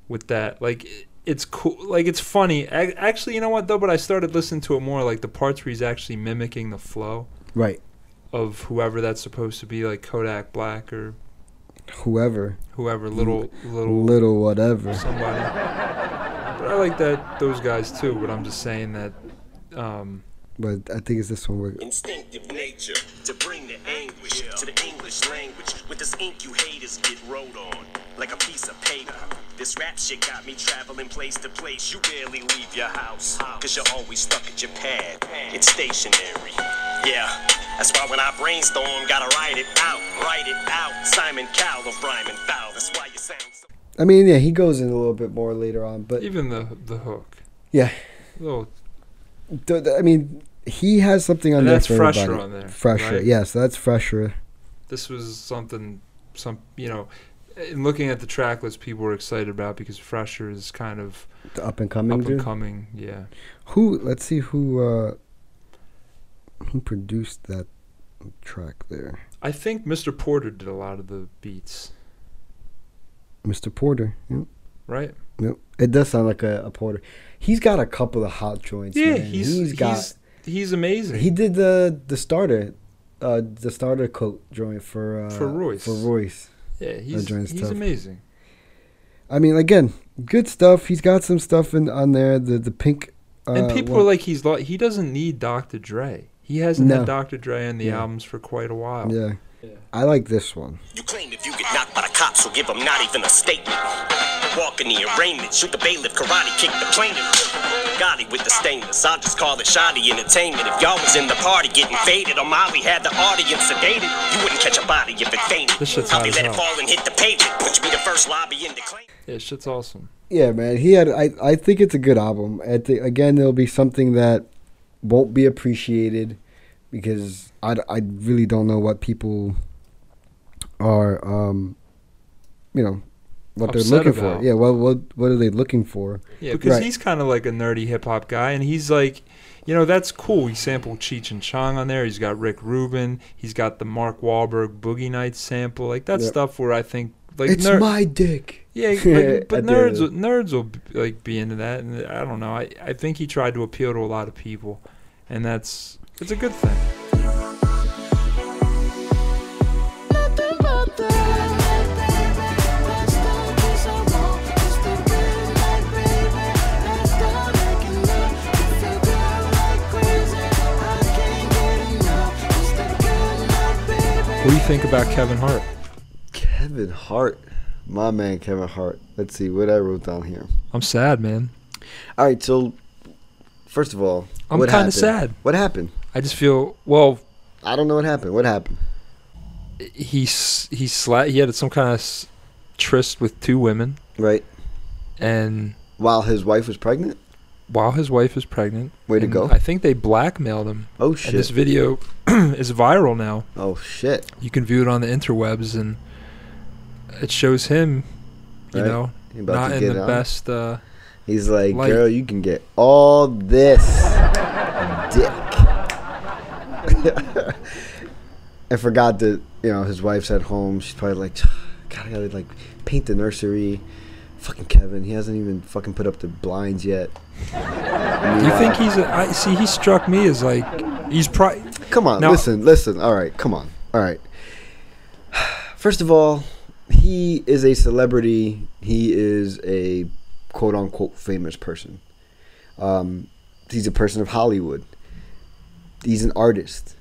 with that. Like it- it's cool, like it's funny. Ac actually, you know what though? But I started listening to it more, like the parts where he's actually mimicking the flow Right. of whoever that's supposed to be, like Kodak Black or Whoever. whoever, little little Little whatever. somebody. But I like that those guys too. But I'm just saying that. Um, But I think it's this one where Instinctive nature to bring the anguish to the English language with this ink you haters get wrote on like a piece of paper. This rap shit got me traveling place to place. You barely leave your house because you're always stuck at your pad. It's stationary. Yeah, that's why when I brainstorm, gotta write it out, write it out. Simon Cowell of Ryman Fowl. That's why you sound so. I mean, yeah, he goes in a little bit more later on, but even the the hook, yeah, little Th- th- I mean, he has something on And there that's for fresher everybody. on there, fresher, right? yes, that's fresher. this was something some you know in looking at the track list people were excited about because fresher is kind of The up and coming up and dude? coming yeah Who? Let's see who uh who produced that track there. i think mr porter did a lot of the beats Mr. Porter. Yep. right Yep. It does sound like a, a Porter. He's got a couple of hot joints. yeah man. he's he's got. he's, he's amazing he did the the starter, uh, the starter coat joint for uh, For Royce. For Royce. yeah That he's, joint's he's tough. amazing I mean, again, good stuff. He's got some stuff in on there. The the pink. Uh, and people one- are like he's lo- he doesn't need dr dre he hasn't No. had dr dre on the Yeah. albums for quite a while Yeah. I like this one. You claim if you get knocked by the cops, you'll give them not even a statement. Walk in the arraignment, shoot the bailiff, karate kick the plaintiff. Gotti with the stainless, I'll just call it shoddy entertainment. If y'all was in the party getting faded, O'Malley had the audience sedated, you wouldn't catch a body if it fainted. This shit's I'll hot be as let it hell. fall and hit the pavement, but you be the first lobby in the claim. yeah shit's awesome Yeah, man. He had. I. I think it's a good album. I think again, there'll be something that won't be appreciated because I. d- I really don't know what people are. Um, you know, what Upset they're looking about. for. Yeah. What. What. What are they looking for? Yeah, because Right. he's kind of like a nerdy hip hop guy, and he's like, you know, that's cool. He sampled Cheech and Chong on there. He's got Rick Rubin. He's got the Mark Wahlberg Boogie Nights sample. Like that Yep. stuff where I think like it's ner- my dick. Yeah, like, but At the end of nerds the- will- nerds will b- like be into that, and I don't know. I I think he tried to appeal to a lot of people, and that's it's a good thing. What do you think about Kevin Hart? Kevin Hart, my man, Kevin Hart. Let's see what I wrote down here. I'm sad, man. All right. So, first of all, I'm what kinda happened? sad. What happened? I just feel well. I don't know what happened. What happened? he s- he sla- he had some kind of s- tryst with two women, Right. and While his wife was pregnant. while his wife is pregnant, Way to and go. I think they blackmailed him. Oh, And this shit. video is viral now. Oh shit. You can view it on the interwebs, and it shows him, you Right. know, He about not to in get the on. best. Uh, He's like, Like- girl, you can get all this dick. I forgot that you know his wife's at home. She's probably like, God, I gotta like paint the nursery. Fucking Kevin, he hasn't even fucking put up the blinds yet. do you think he's? A, I see. He struck me as like He's oh, probably. Come on, Now- listen, listen. All right, come on. All right. First of all, he is a celebrity. He is a quote unquote famous person. Um, he's a person of Hollywood. He's an artist.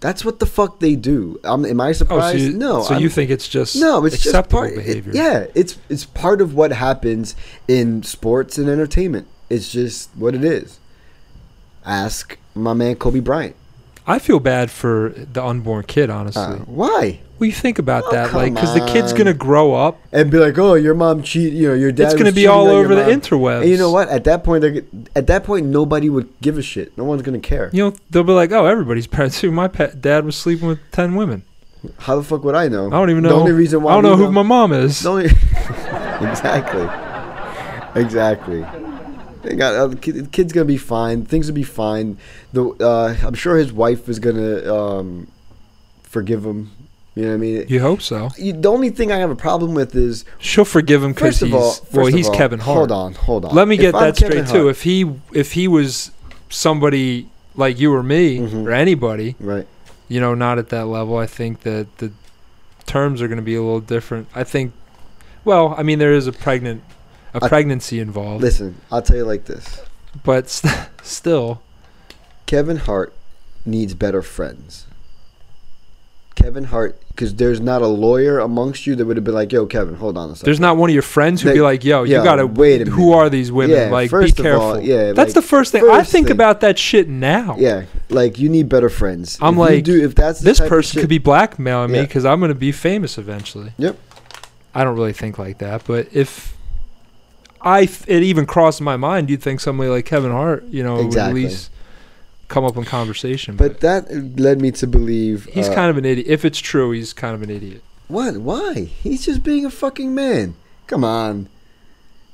That's what the fuck they do. Um, am I surprised? you- no. Oh, so I'm- you think it's just no? It's acceptable just part, it- behavior. yeah, it's it's part of what happens in sports and entertainment. It's just what it is. Ask my man Kobe Bryant. I feel bad for the unborn kid, honestly. Uh, why? Well, you think about Oh, that, like, come because the kid's on. gonna grow up. and be like, "Oh, your mom cheat, you know, your dad." gonna was be cheating all on your over the mom." interwebs. And you know what? At that point, they're, g- at that point, nobody would give a shit. No one's gonna care. You know, they'll be like, "Oh, everybody's parents too. My pet dad was sleeping with ten women. How the fuck would I know? I don't even know. The only reason why I don't we know who my mom is. The only- exactly, exactly. They got uh, the kid, the kid's gonna be fine. Things will be fine. The uh, I'm sure his wife is gonna um, forgive him. You know what I mean? You hope so. You- the only thing I have a problem with is She'll forgive him because First he's of all- well, first of he's all, Kevin Hart. hold on, hold on. Let me If get I'm that straight Kevin too. Hart- If he if he was somebody like you or me Mm-hmm. or anybody, right? You know, not at that level. I think that the terms are going to be a little different. I think. Well, I mean, there is a pregnant a I- pregnancy involved. Listen, I'll tell you like this. but st- still, Kevin Hart needs better friends. Kevin Hart, because there's not a lawyer amongst you that would have been like, "Yo, Kevin, hold on a second. There's not one of your friends who'd That- be like, "Yo, yeah, you gotta wait a Who minute. are these women? Yeah, like, first be of all, careful. yeah, that's like, the first thing I first think thing. about that shit now. Yeah, like you need better friends. I'm If you like, do- if that's the this type of person could shit- be blackmailing me me Yeah. because I'm gonna be famous eventually. Yep. I don't really think like that, but if I th- it even crossed my mind, you'd think somebody like Kevin Hart, you know, Exactly. would at least come up in conversation. But, But that led me to believe uh, he's kind of an idiot. If it's true, he's kind of an idiot. What? Why? He's just being a fucking man. Come on.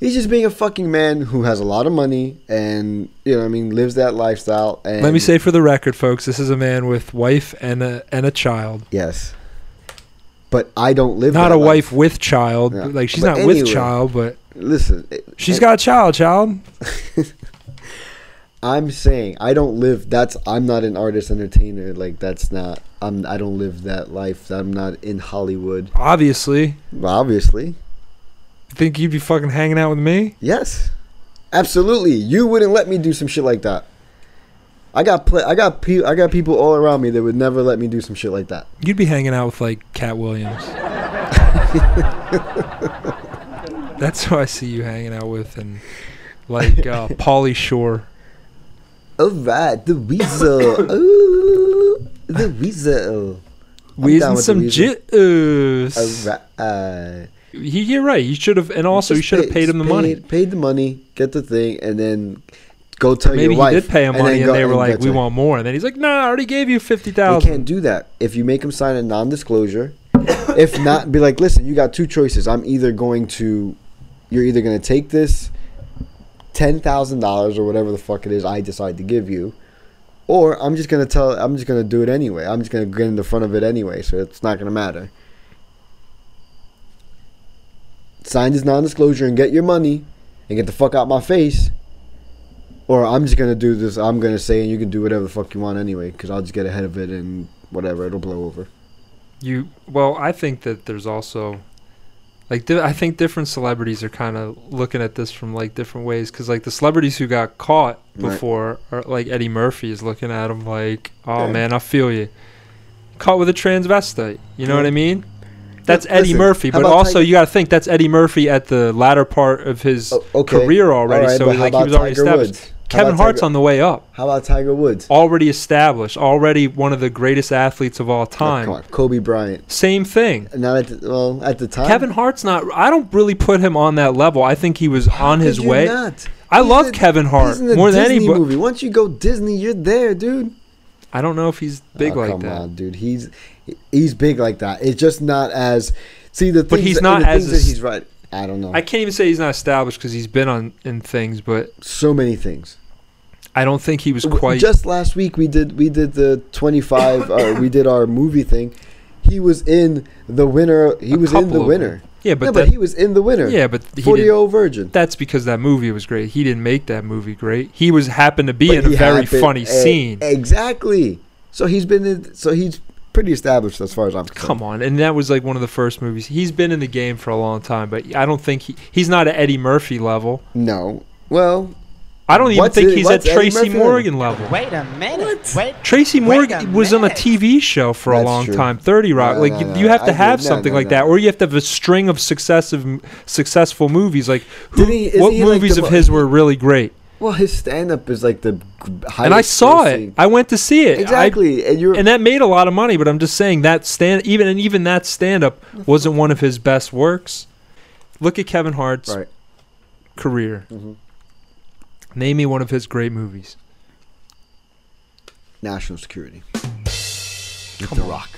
He's just being a fucking man who has a lot of money and you know what I mean lives that lifestyle. And Let me say for the record, folks, this is a man with wife and a and a child. yes, but I don't live not that a wife life. with child. Yeah. Like she's But not with anyway, child, but Listen, it- she's it- got a child. Child. I'm saying I don't live. That's I'm not an artist entertainer. Like that's not. I'm. I don't live that life. I'm not in Hollywood. Obviously, Well, obviously, think you'd be fucking hanging out with me? yes, absolutely. You wouldn't let me do some shit like that. I got play. I got pe- I got people all around me that would never let me do some shit like that. You'd be hanging out with like Cat Williams. That's who I see you hanging out with, and like uh, Pauly Shore. All right, the weasel. Ooh, the weasel. I'm down Wheezing with the some weasel. juice. All right. He, you're right. You should have, and also you Just should have pay- paid just him the money. Paid, paid the money, get the thing, and then go tell Maybe your he wife. did pay him then money, and go- they were go like, "We tell- want more," and then he's like, "No, I already gave you fifty They thousand. can't do that. If you make him sign a non-disclosure, if not, be like, listen, you got two choices. I'm either going to, you're either going to take this ten thousand dollars or whatever the fuck it is I decide to give you, or I'm just going to tell, I'm just going to do it anyway. I'm just going to get in the front of it anyway, so it's not going to matter. Sign this non-disclosure and get your money, and get the fuck out my face. Or I'm just gonna do this. I'm gonna say, and you can do whatever the fuck you want anyway, because I'll just get ahead of it and whatever. It'll blow over. You well, I think that there's also like di- I think different celebrities are kind of looking at this from like different ways because like the celebrities who got caught Right. before are like Eddie Murphy is looking at him like, oh Yeah. man, I feel you. Caught with a transvestite, you know what I Yeah. mean? That's Yeah, Eddie listen, Murphy, how but about also Ti- you got to think that's Eddie Murphy at the latter part of his career already. Alright, so but how like he about was already Tiger established. Woods? How Kevin about Hart's Tiger- on the way up, How about Tiger Woods? already established, already one of the greatest athletes of all time. Come on, Kobe Bryant. Same thing. Not at the, well at the time. Kevin Hart's not. I don't really put him on that level. I think he was on Could his you way. not? I love in- Kevin Hart he's in the more than Disney anybody. movie. Once you go Disney, you're there, dude. I don't know if he's big Oh, like come that. on, dude. He's he's big like that. It's just not as see the. Things But he's that- not the as things that es- he's right. I don't know. I can't even say he's not established because he's been on in things, but so many things. I don't think he was W- quite. Just last week we did we did the 25 uh, we did our movie thing. He was in the winner. He A was in couple the of winner. Yeah, but, Yeah, but that- he was in The Winner. Yeah, but he 40 didn't- year old virgin. That's because that movie was great. He didn't make that movie great. He was happened to be But in a he very happened- funny e- scene. Exactly. So he's been in. So he's pretty established as far as I'm concerned. Come on, and that was like one of the first movies. He's been in the game for a long time, but I don't think he, he's not at Eddie Murphy level. No. Well, I don't even what's think it- he's at what's Eddie Tracy Murphy Morgan level. Wait a minute. Wait. Tracy Wait Morgan was on a TV show for a That's long true. time, Thirty Rock. No, like no, you, no, you have I to did- have no, something no, like no. that, or you have to have a string of successive, successful movies. Like who, Didn't he- isn't what he, like, movies the of mo- his were really great? Well, his stand up is like the g- highest. and I saw grossing- it. I went to see it. I- Exactly, and you're- that made a lot of money. But I'm just saying that stand even and even that stand up wasn't one of his best works. Look at Kevin Hart's Right. Mm-hmm. career. Name me one of his great movies. National security. With Come The on. Rock.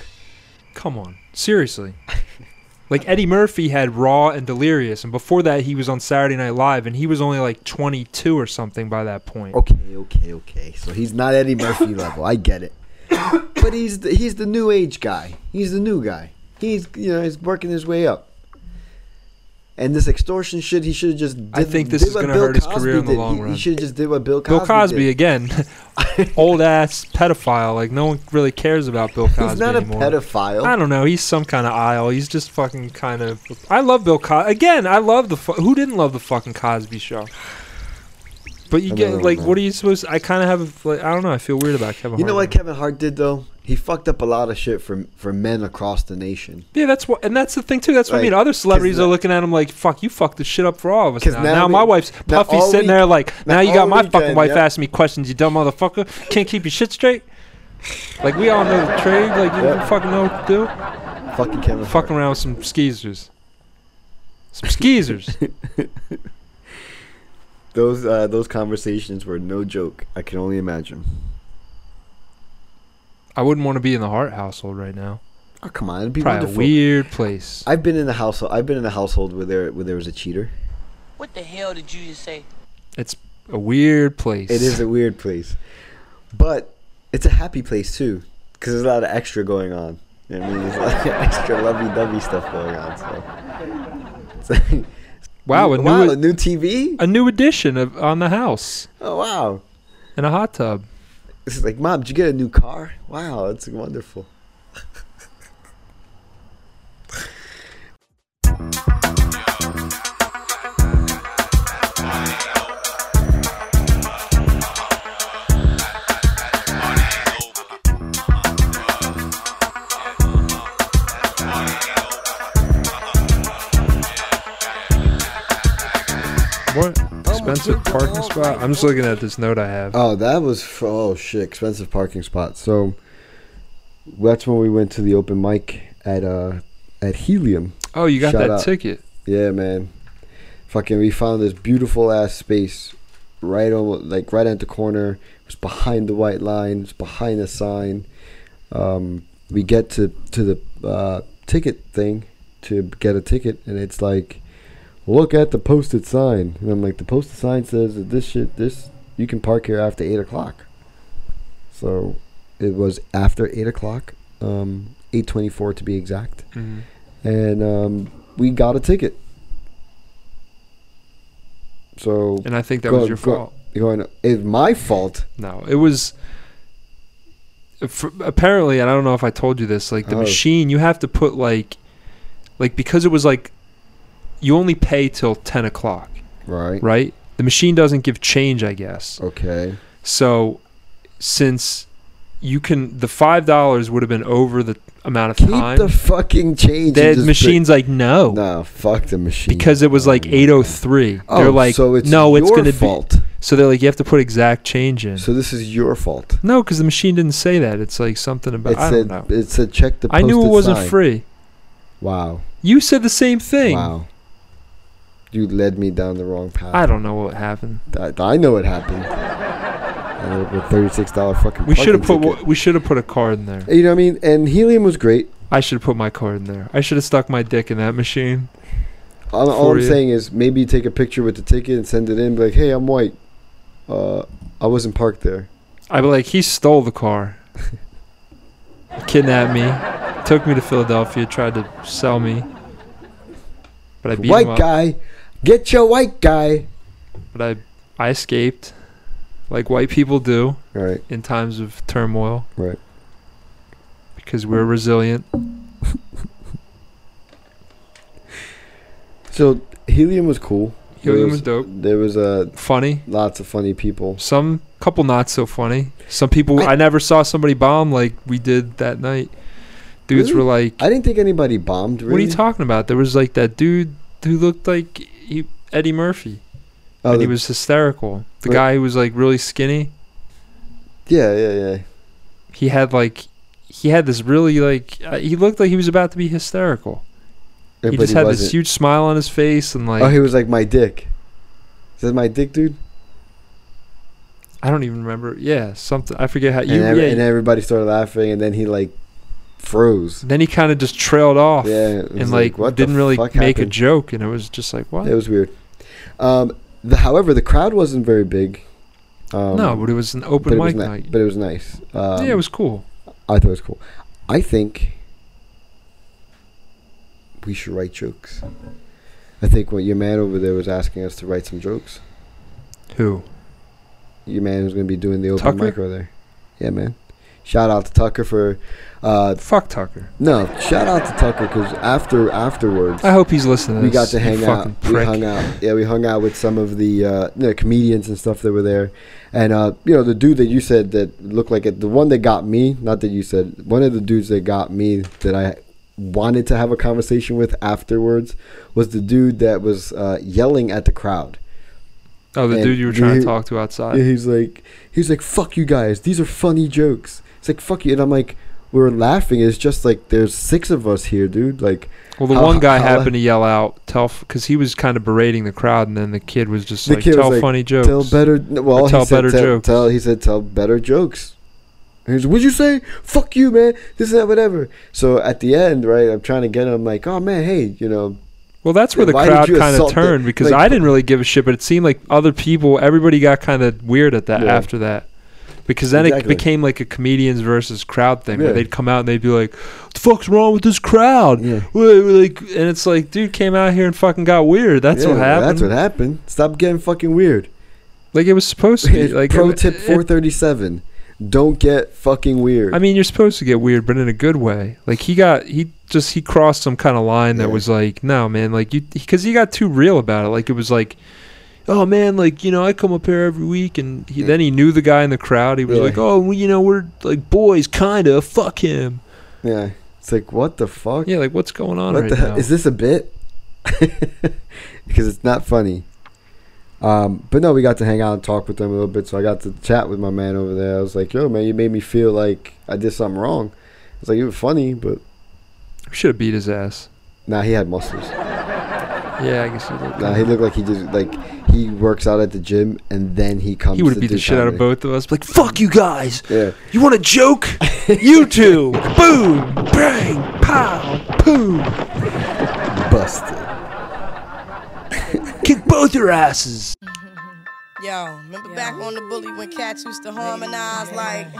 Come on, seriously. like Eddie Murphy had Raw and Delirious, and before that he was on Saturday Night Live, and he was only like 22 or something by that point. Okay, okay, okay. So he's not Eddie Murphy level. I get it. But he's the, he's the new age guy. He's the new guy. He's you know he's working his way up. And this extortion shit, he should have just. Did, I think this did is what gonna Bill hurt his Cosby career in the did. long He- run. He should have just did what Bill Cosby. Bill Cosby did. again, old ass pedophile. Like no one really cares about Bill Cosby He's not a anymore. pedophile. I don't know. He's some kind of aisle. He's just fucking kind of. I love Bill Cosby. Again, I love the. Fu- who didn't love the fucking Cosby Show? But you I get don't like, know. what are you supposed? I kind of have. Like, I don't know. I feel weird about Kevin. You know Hart. what Kevin Hart did though? He fucked up a lot of shit for for men across the nation. Yeah, that's what, and that's the thing too. That's what I Like, mean. Other 'cause celebrities now- are looking at him like, "Fuck, you fucked this shit up for all of us." 'Cause Now, now Now we- my wife's now Puffy's all sitting we- there like, now "Now you got all my we fucking can- wife yep. asking me questions, you dumb motherfucker. Can't keep your shit straight." Like we all know the trade. Like you Yep. fucking know what to Fucking Kevin do. Fucking around with some skeezers. Some skeezers. Those uh, those conversations were no joke. I can only imagine. I wouldn't want to be in the Hart household right now. Oh come on, it'd be Probably wonderful. a weird place. I've been in a household. I've been in a household where there where there was a cheater. What the hell did you just say? It's a weird place. It is a weird place, but it's a happy place too, because there's a lot of extra going on. You know what I mean, there's a lot of extra lovey-dovey stuff going on. So, So- Wow, a new- e-, wow, new TV. a new addition of, on the house Oh wow, and a hot tub. it's like mom, did you get a new car? Wow, that's wonderful. More expensive parking spot. I'm just looking at this note I have. Oh, that was for, oh shit, expensive parking spot. So that's when we went to the open mic at uh at Helium. Oh, you got Shout that out. ticket. Yeah, man. Fucking, we found this beautiful ass space right on like right at the corner. It was behind the white line. It was behind the sign. Um, we get to to the uh, ticket thing to get a ticket, and it's like, look at the posted sign, and I'm like, the posted sign says that this shit, this you can park here after eight o'clock. So it was after eight o'clock, um, eight twenty-four to be exact, Mhm. and um, we got a ticket. So And I think that go- was your go- fault. Going, it's my fault. No, it was. f apparently, and I don't know if I told you this. Like the Oh. machine, you have to put like, like because it was like, you only pay till ten o'clock, Right. right? The machine doesn't give change, I guess. Okay. So, since you can, the five dollars would have been over the amount of Keep time. the fucking change. the and just machine's like no, Put, nah, fuck the machine. because it was like eight oh three. Oh, They're like, so it's no, it's your gonna fault. be. So they're like, you have to put exact change in. So this is your fault. No, because the machine didn't say that. It's like something about it I said, don't know. It said check the. I knew it posted wasn't sign. free. Wow. You said the same thing. Wow. You led me down the wrong path. I don't know what happened. I, I know what happened. I know the thirty-six dollar fucking. We should have put parking wa- we should have put a card in there. ticket. You know what I mean? And helium was great. I should have put my card in there. I should have stuck my dick in that machine. All, all For I'm you. saying is maybe you take a picture with the ticket and send it in. Be like, hey, I'm white. Uh, I wasn't parked there. I'd be like, he stole the car, kidnapped me, took me to Philadelphia, tried to sell me. But I beat him white up. guy, get your white guy. But I I escaped, like white people do, right? In times of turmoil, right? Because we're resilient. So Helium was cool. Helium There was dope. There was uh, funny. Lots of funny people. Some couple not so funny. Some people I, never saw somebody bomb like we did that night. Dudes Really? were like, I didn't think anybody bombed. Really. "What are you talking about?" There was like that dude who looked like he, Eddie Murphy, Oh, and he the- was hysterical. The Right. guy who was like really skinny. Yeah, yeah, yeah. He had like he had this really like uh, he looked like he was about to be hysterical. Yeah, he but just he had this wasn't. huge smile on his face and like oh, he was like my dick. Is that my dick, dude? I don't even remember. Yeah, something I forget how And, you. ev- yeah, and everybody started laughing, and then he like froze. then he kind of just trailed off. Yeah, it was and like, like, what the didn't really fuck make a happened? joke, and it was just like what? It was weird. Um, the, however, the crowd wasn't very big. Um, No, but it was an open but it was mic ni- night. But it was nice. Um, yeah, it was cool. I thought it was cool. I think we should write jokes. I think what your man over there was asking us to write some jokes. Who? Your man was going to be doing the open Tucker? mic over there. Yeah, man. Shout out to Tucker for. Uh, Fuck Tucker. No, shout out to Tucker because after afterwards. I hope he's listening. to We got this, to you hang fucking out. We prick. hung out. Yeah, we hung out with some of the uh, you know, comedians and stuff that were there, and uh, you know the dude that you said that looked like it, the one that got me. Not that you said one of the dudes that got me that I wanted to have a conversation with afterwards was the dude that was uh, yelling at the crowd. Oh, the And dude you were trying he- to talk to outside. Yeah, he's like, he's like, fuck you guys. These are funny jokes. It's like fuck you, and I'm like, we were laughing. It's just like there's six of us here, dude. Like, well, the how- one guy how- happened to yell out, "Tell," because he was kind of berating the crowd, and then the kid was just The like, kid was "Tell like, funny jokes." Tell better. or Well, he tell said, better tell, jokes. Tell, he said, tell better jokes. And He's, What'd you say? Fuck you, man. This and that, whatever. So at the end, right, I'm trying to get him like, oh man, hey, you know. Well, that's where the why did crowd you kind of assault the- turned because like, I didn't really give a shit, but it seemed like other people, everybody got kind of weird at that Yeah. after that. Because then Exactly. it became like a comedians versus crowd thing where Yeah. they'd come out and they'd be like, "What the fuck's wrong with this crowd?" Wait, like, and it's like, dude came out here and fucking got weird. That's Yeah, what happened. That's what happened. Stop getting fucking weird. Like it was supposed to be. Like pro it- tip it- 437. Don't get fucking weird. I mean, you're supposed to get weird, but in a good way. Like he got, he just he crossed some kind of line that was like, no, man, like you, because he got too real about it. Like it was like, oh man, like you know, I come up here every week, and he, then he knew the guy in the crowd. He was Yeah. like, oh, we, you know, we're like boys, kind of. Fuck him. yeah. It's like what the fuck? Yeah, like what's going on right the hell? now? Is this a bit? because it's not funny. Um, but no, we got to hang out and talk with them a little bit. So I got to chat with my man over there. I was like, "Yo, man, you made me feel like I did something wrong." I was like, "You were funny, but We should have beat his ass. nah, he had muscles. Yeah, I guess he did. Nah, he looked like he just like he works out at the gym and then he comes. He would to have beat do the shit out of comedy. both of us. Like, fuck you guys. Yeah. You want a joke? you two. Boom. Bang. Pow. Poo. Busted. Kick both your asses. Yo, remember back on the bully when cats used to harmonize like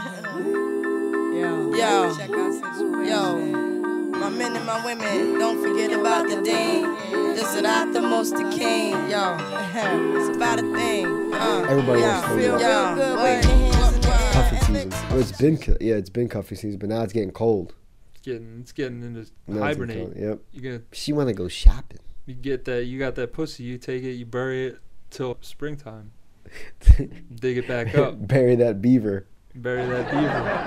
Yo, yo, yo, my men and my women, don't forget about the dean. This is not the most the king, yo. it's about a thing. Uh, Everybody yo, wants to feel know. real good, wave your hands in the air. Cuffing season. Oh, it's been cu- yeah, it's been cuffing season, but now it's getting cold. It's getting, it's getting into Now it's getting hibernate. cold, Yep. You gonna, She want to go shopping. you get that, you got that pussy. You take it, you bury it till springtime. Dig it back up. Bury that beaver. Bury that beaver.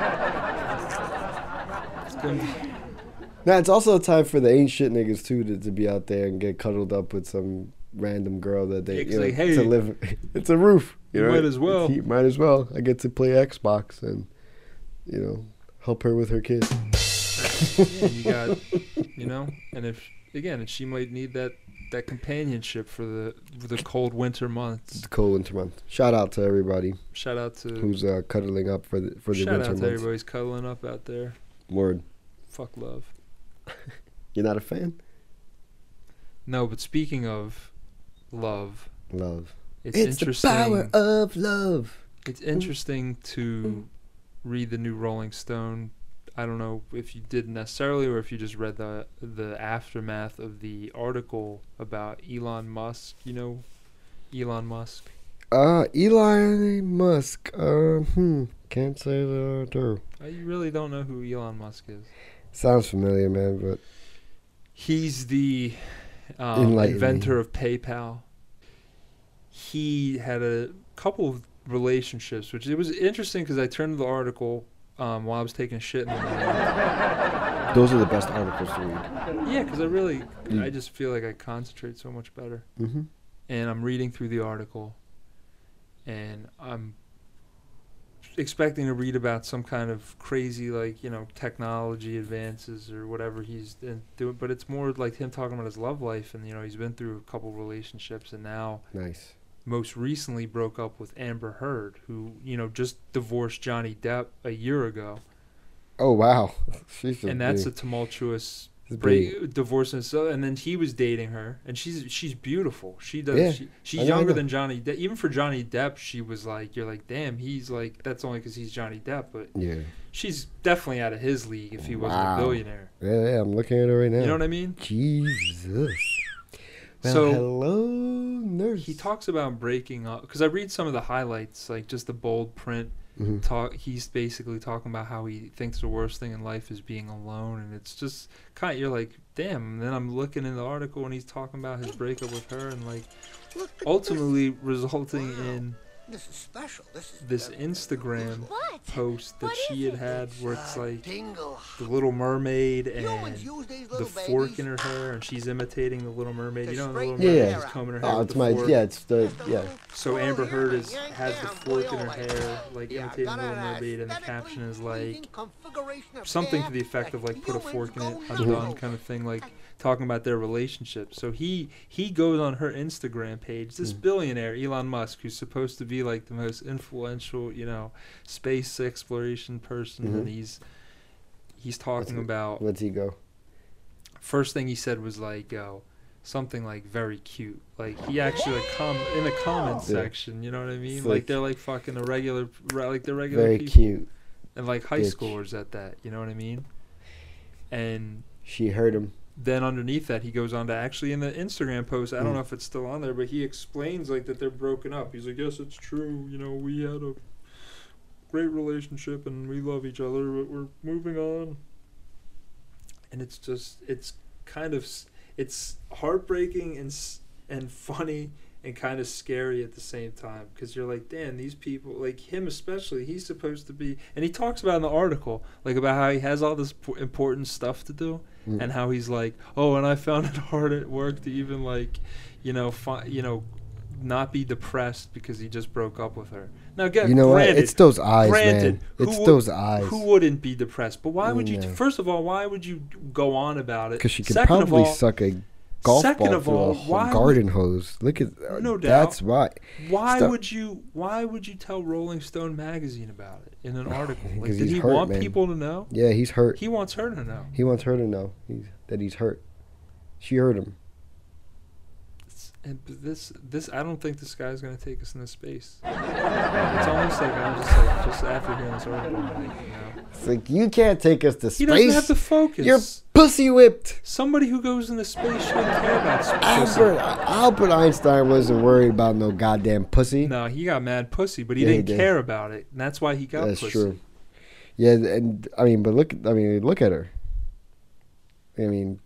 It's gonna- Now it's also a time for the ain't shit niggas too to, to be out there and get cuddled up with some random girl that they Yeah, 'cause you know, like, hey, to live. It's a roof. You, you know? might as well. You might as well. I get to play Xbox and you know help her with her kids. and you got, you know, and if again, and she might need that that companionship for the for the cold winter months. It's cold winter month. Shout out to everybody Shout out to who's uh, cuddling up for the for the shout out to winter months. everybody's cuddling up out there. Word. Fuck love. You're not a fan? No, but speaking of love, Love. it's, the interesting. power of love. It's interesting to read the new Rolling Stone I don't know if you did necessarily or if you just read the the aftermath of the article about Elon Musk. You know, Elon Musk. Uh, Elon Musk. Uh, hmm. Can't say that I do. Uh, You really don't know who Elon Musk is. Sounds familiar, man, but He's the um, Enlighten me. inventor of PayPal. He had a couple of relationships, which it was interesting because I turned to the article um, while I was taking a shit. In the morning. those are the best articles to read. Yeah, because I really, Mm. I just feel like I concentrate so much better. Mhm. And I'm reading through the article, and I'm expecting to read about some kind of crazy, like you know, technology advances or whatever he's in- doing. But it's more like him talking about his love life, and you know, he's been through a couple relationships, and now Nice. most recently broke up with Amber Heard, who you know just divorced Johnny Depp a year ago Oh wow, she's a and that's big- a tumultuous It's break, divorce and so and then he was dating her and she's she's beautiful she does Yeah, she, I she's know, I younger know. than johnny depp even for johnny depp she was like you're like damn he's like that's only because he's johnny depp but Yeah. she's definitely out of his league if he wasn't Wow. a billionaire Yeah, yeah, I'm looking at it right now. know what I mean? Jesus. Well, so hello, nurse. He talks about breaking up because I read some of the highlights, like just the bold print. Mhm. Talk. He's basically talking about how he thinks the worst thing in life is being alone, and it's just kind. Of, you're like, damn. And then I'm looking in the article, and he's talking about his breakup with her, and like, ultimately resulting in This is special. This is this Instagram post that she had had, where it's like Dingle. the Little Mermaid and Humans use these the little fork in her hair, and she's imitating the Little Mermaid. You know, the Little Yeah. Mermaid is combing her hair. Oh, with it's the my fork. yeah, it's the yeah. So Amber Heard is, has the fork in her hair, like imitating Little Mermaid, and the caption is like something to the effect of like put a fork in it, I'm Mhm. done, kind of thing, like talking about their relationship. So he he goes on her Instagram page. This Hmm. billionaire Elon Musk, who's supposed to be like the most influential, you know, space exploration person, and Mhm. he's he's talking about Let's he go. first thing he said was like uh, something like very cute like he actually like com- in the comment Yeah. section you know what i mean It's like, like- they're like fucking the regular re- like the regular Very people cute. and like high Bitch. schoolers at that you know what i mean and She heard him. then underneath that he goes on to actually in the instagram post Hmm. i don't know if it's still on there but he explains like that they're broken up he's like yes it's true you know we had a great relationship and we love each other but we're moving on and it's just it's kind of s- it's heartbreaking and s- and funny and kind of scary at the same time because you're like damn these people like him especially he's supposed to be and he talks about in the article like about how he has all this p- important stuff to do Mm. and how he's like oh and i found it hard at work to even like you know fi- you know not be depressed because he just broke up with her. Now, again, You know what? granted, It's those eyes, granted, man. who It's would- those eyes. Who wouldn't be depressed? But why would you? No. First of all, why would you go on about it? Because she could Second of probably all- suck a golf second ball of through all, a why whole would- garden hose. Look at uh, No doubt. That's why. Why Stop- would you? Why would you tell Rolling Stone magazine about it in an article? 'cause Like, did he's he hurt, want man. people to know? Yeah, he's hurt. He wants her to know. He wants her to know he's, that he's hurt. She heard him. And but this, this, I don't think this guy's gonna take us into space. it's almost like I'm just like just after hearing this article, I'm like, you know, It's like you can't take us to He space. doesn't have to focus. You're pussy whipped. somebody who goes into space shouldn't care about space. Albert, Albert Einstein wasn't worried about no goddamn pussy. No, he got mad pussy, but he Yeah, he didn't did. care about it, and that's why he got That's pussy. true. Yeah, and I mean, but look, I mean, look at her. I mean,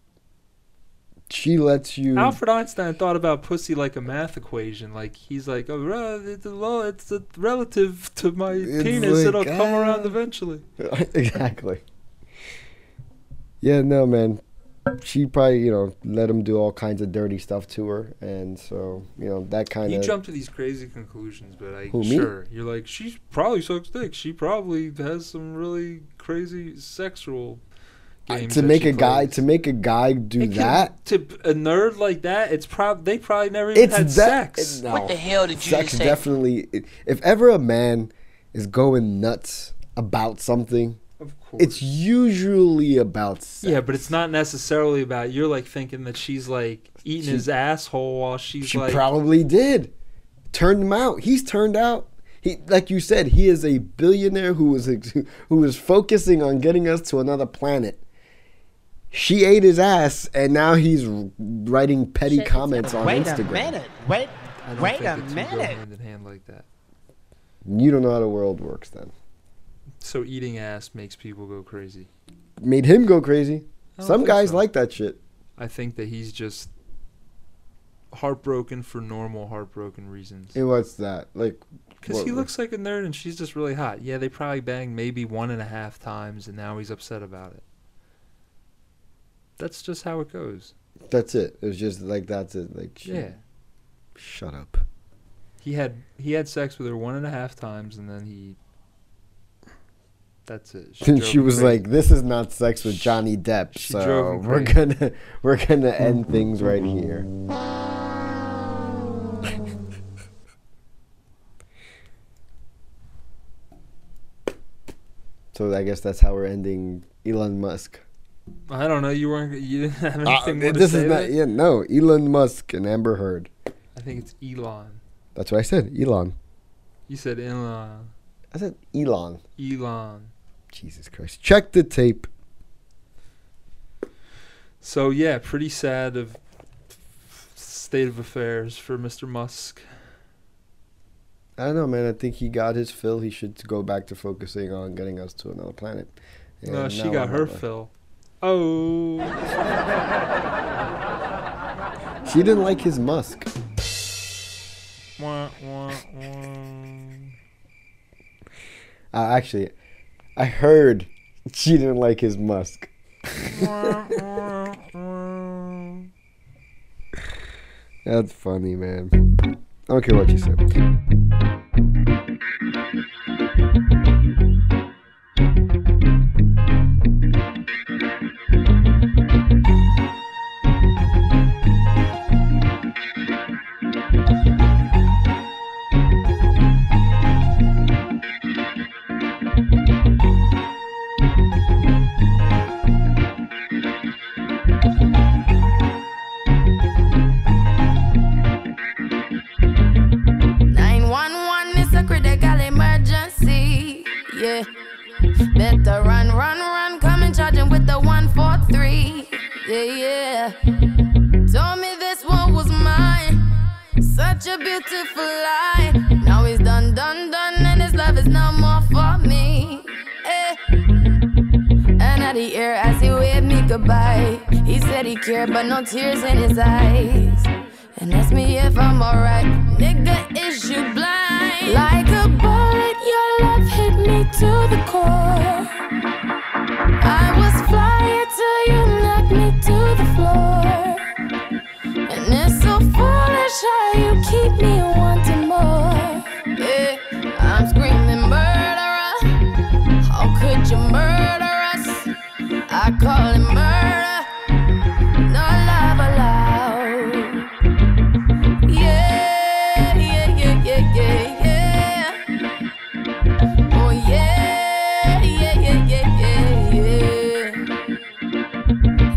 she lets you. Alfred Einstein thought about pussy like a math equation. Like he's like, oh, rel- it's a lo- it's a relative to my It's penis. like, It'll come ah. around eventually. exactly. Yeah, no, man. She probably, you know, let him do all kinds of dirty stuff to her, and so you know that kind You of. jump to these crazy conclusions, but I Who, me? sure you're like she probably sucks dick. She probably has some really crazy sexual games to that make she a guy plays. to make a guy do It can- that. to a nerd like that, it's prob they probably never even had that- sex. it- no. just Sex definitely. i- If ever a man is going nuts about something, Of it's usually about sex. Yeah, but it's not necessarily about you're like thinking that she's like eating She- his asshole while she's She like probably did. Turned him out. He's turned out. He, like you said, he is a billionaire who is who is focusing on getting us to another planet. She ate his ass, and now he's writing petty comments on wait Instagram. a minute. Wait, I don't wait think a the two go minute. hand in hand like that. You don't know how the world works. Then So eating ass makes people go crazy. made him go crazy. I don't Some think guys so. like that shit. I think that he's just heartbroken for normal heartbroken reasons. And what's that? Like, Because what- he looks like a nerd and she's just really hot. Yeah, they probably banged maybe one and a half times and now he's upset about it. That's just how it goes. That's it. It was just like that's it. Like sh- Yeah. Shut up. He had he had sex with her one and a half times and then he that's it. And drove she him was crazy. like, "This is not sex with Johnny Depp." she so drove him we're crazy. gonna we're gonna end things right here. so I guess that's how we're ending Elon Musk. I don't know, you weren't you didn't have Uh, anything more to this say is not there? yeah no Elon Musk and Amber Heard. I think it's Elon. That's what I said. Elon. You said Elon. I said Elon. Elon. Jesus Christ. Check the tape. So yeah, pretty sad of state of affairs for Mr. Musk. I don't know, man. I think he got his fill. He should go back to focusing on getting us to another planet. no, And Uh, she now got I'm her not- fill. Oh. She didn't like his Musk. Uh, Wah, wah, wah. Uh, actually, I heard she didn't like his Musk. That's funny, man. I don't care what you say. Nine one one is a critical emergency. Yeah. Better run, run, run. Come and charge him with the 143. Yeah, yeah. Told me this one was mine. Such a beautiful lie. Now he's done, done, done, and his love is no more for me. Eh. And out the air as he waved me goodbye. He said he cared, but no tears in his eyes. And asked me if I'm alright. Nigga, is you blind? Like a bullet, your love hit me to the core. I was flying till you knocked me to the floor. And it's so foolish how you keep me wanting more. Yeah, I'm screaming murderer. How could you murder us? I call it murder. No love allowed. Yeah, yeah, yeah, yeah, yeah, yeah. Oh yeah, yeah, yeah, yeah, yeah, yeah.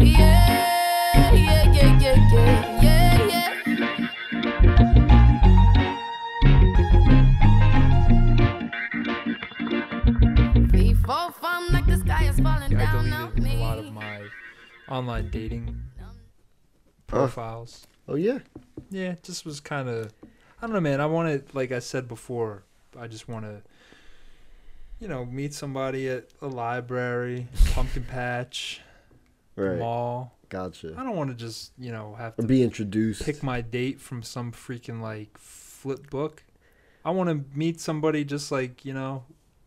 Yeah, yeah, yeah, yeah, yeah, yeah, yeah. Free fall from like the sky is falling I down on deleted a lot me. of my online dating profiles. Oh yeah. Yeah, it just was kind of. I don't know, man. I want to, like I said before, I just want to, you know, meet somebody at a library, pumpkin patch, the Right. mall. Gotcha. I don't want to just, you know, have Or to be introduced. Pick my date from some freaking like flip book. I want to meet somebody just like you know,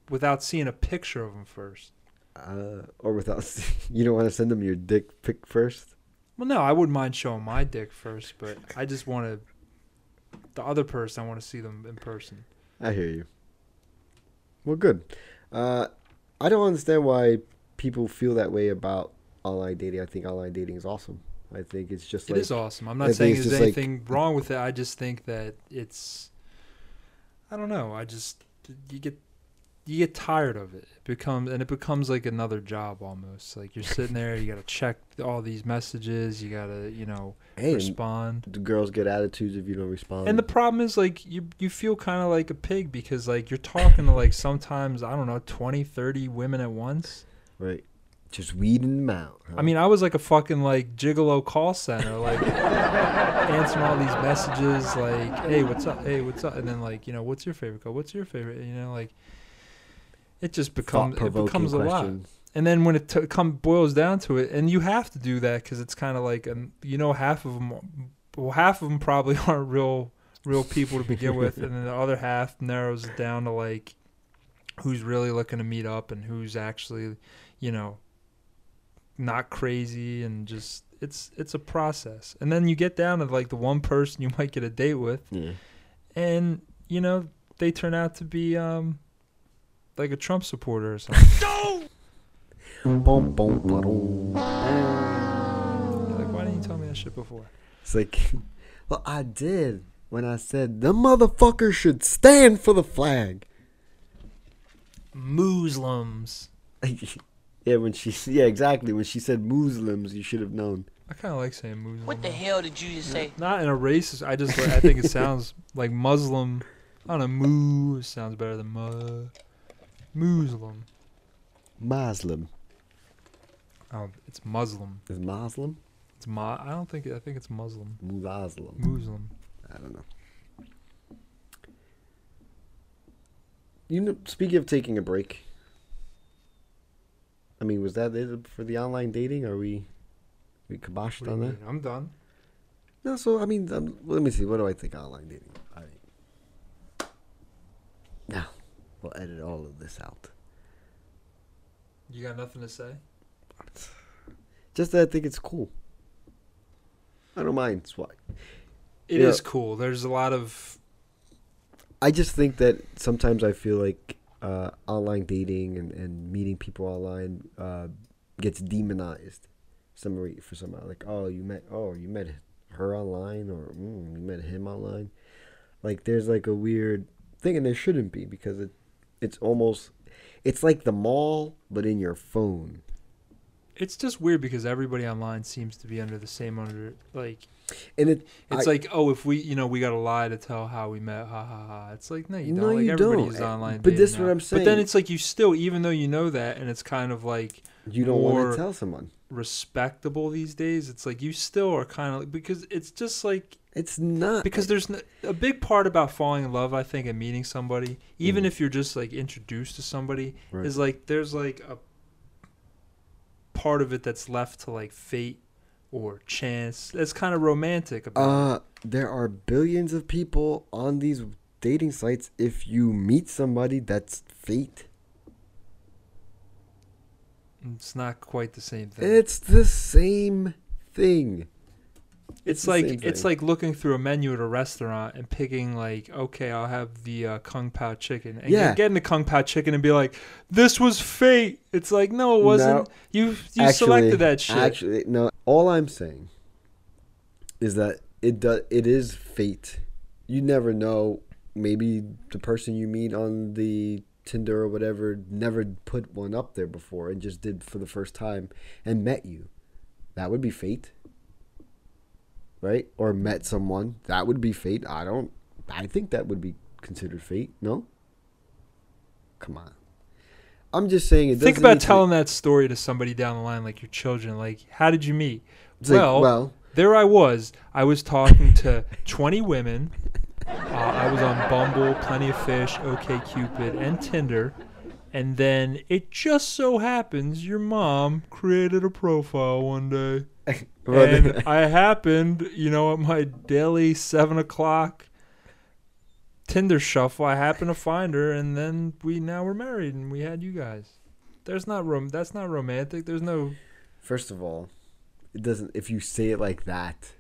without seeing a picture of them first. Uh, or without, you don't want to send them your dick pic first. Well, no, I wouldn't mind showing my dick first, but I just want to. The other person, I want to see them in person. I hear you. Well, good. Uh, I don't understand why people feel that way about online dating. I think online dating is awesome. I think it's just like it is awesome. I'm not I think saying it's there's just like- anything wrong with it. I just think that it's. I don't know. I just you get you get tired of it. It becomes and it becomes like another job almost. Like you're sitting there, you gotta check all these messages, you gotta you know Hey, respond. The girls get attitudes if you don't respond. And the problem is like you you feel kind of like a pig because like you're talking to like sometimes I don't know 20, 30 women at once. Right. Just weeding them out. I mean, I was like a fucking like gigolo call center, like answering all these messages, like, "Hey, what's up? Hey, what's up?" And then like, you know, what's your favorite color? What's your favorite? You know, like, it just becomes it Thought-provoking becomes a lot. questions. And then when it t- come boils down to it, and you have to do that because it's kind of like, um, you know, half of them, well, half of them probably aren't real real people to begin with, and then the other half narrows it down to like who's really looking to meet up and who's actually, you know, not crazy and just it's it's a process. And then you get down to like the one person you might get a date with. Yeah. And you know, they turn out to be um like a Trump supporter or something. Boom, boom, ba-dum. like why didn't you tell me that shit before? It's like, well, I did when I said the motherfucker should stand for the flag. Muslims. yeah, when she, yeah, exactly. When she said Muslims, you should have known. I kind of like saying Muslim. What the hell did you just say? Not in a racist. I just I think it sounds like Muslim. I don't know. Moo sounds better than mu. Muslim. Muslim. Oh, it's Muslim. Is Muslim? It's ma. I don't think. I think it's Muslim. Muslim. Muslim. I don't know. You know, speaking of taking a break, I mean, was that it for the online dating? Are we, we kiboshed What do you on that? mean? I'm done. No, so I mean, um, let me see. What do I think online dating? I no, we'll edit all of this out. You got nothing to say? Just that I think it's cool. I don't mind. It's why. It is You know, cool. There's a lot of I just think that sometimes I feel like uh, online dating and, and meeting people online uh, gets demonized. Some re- for some like oh you met oh you met her online or mm, you met him online. Like there's like a weird thing and there shouldn't be because it it's almost it's like the mall but in your phone. it's just weird because everybody online seems to be under the same under like And it it's I- like oh if we you know we got to lie to tell how we met ha ha ha it's like no you No, don't like you everybody don't. is Eh, online but dating this is what now. I'm but then saying. it's like you still even though you know that and it's kind of like You don't wanna more tell someone. respectable these days it's like you still are kind of like because it's just like it's not because there's n- a big part about falling in love I think and meeting somebody even if you're just like introduced to somebody Mm. Right. is like there's like a part of it that's left to like fate or chance. That's kind of romantic about it. Uh, there are billions of people on these dating sites. If you meet somebody, that's fate. It's not quite the same thing. It's the same thing. It's the like same it's thing. like looking through a menu at a restaurant and picking like, okay, I'll have the uh, kung pao chicken, and Yeah. you're getting the kung pao chicken and be like, this was fate. It's like no, it wasn't. No. You you Actually- selected that shit. Actually, no. All I'm saying is that it does. It is fate. You never know. Maybe the person you meet on the Tinder or whatever never put one up there before and just did for the first time and met you. That would be fate, right? Or met someone. That would be fate. I don't. I think that would be considered fate. No. Come on. I'm just saying it. doesn't Think about need to be- telling that story to somebody down the line, like your children. Like, how did you meet? It's like, well, well- there I was. I was talking to 20 women. Uh, I was on Bumble, Plenty of Fish, OKCupid, and Tinder. And then it just so happens your mom created a profile one day. Well, and I happened, you know, at my daily 7 o'clock Tinder shuffle, I happened to find her, and then we now we're married, and we had you guys. There's not rom. That's not romantic. There's no. First of all, it doesn't. If you say it like that,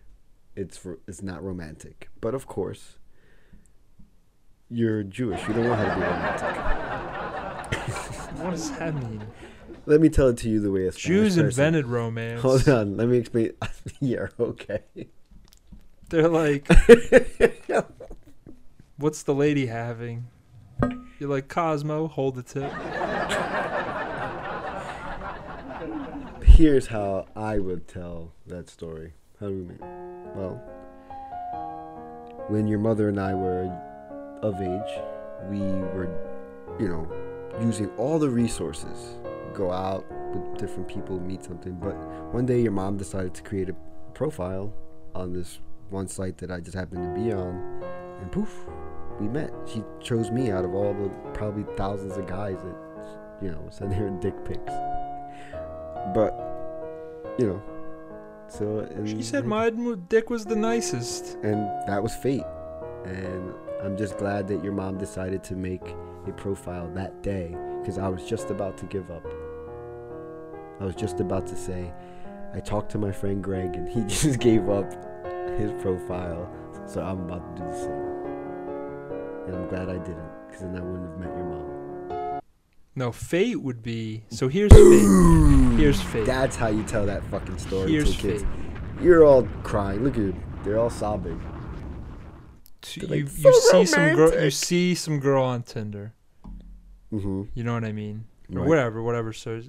it's ro- it's not romantic. But of course, you're Jewish. You don't know how to be romantic. What does that mean? let me tell it to you the way a Spanish Jews person- invented romance. Hold on. Let me explain. yeah. Okay. They're like, what's the lady having? You're like Cosmo, hold the tip. Here's how I would tell that story. How do we mean? Well, when your mother and I were of age, we were, you know, using all the resources. Go out with different people, meet something. But one day your mom decided to create a profile on this one site that I just happened to be on, and poof, we met. She chose me out of all the probably thousands of guys that, you know, sent her dick pics. But, you know, so. And She said my m- dick was the nicest. and that was fate. And I'm just glad that your mom decided to make a profile that day because I was just about to give up. I was just about to say, I talked to my friend Greg and he just gave up his profile, so I'm about to do the same. And I'm glad I didn't because then I wouldn't have met your mom. No, fate would be. So here's fate. Here's fate. That's how you tell that fucking story Here's to kids. fate. You're all crying. Look at you. They're all sobbing. You, like, you "So see some girl. You romantic." see some girl on Tinder. Mm-hmm. You know what I mean? Or Right. Whatever, whatever. So.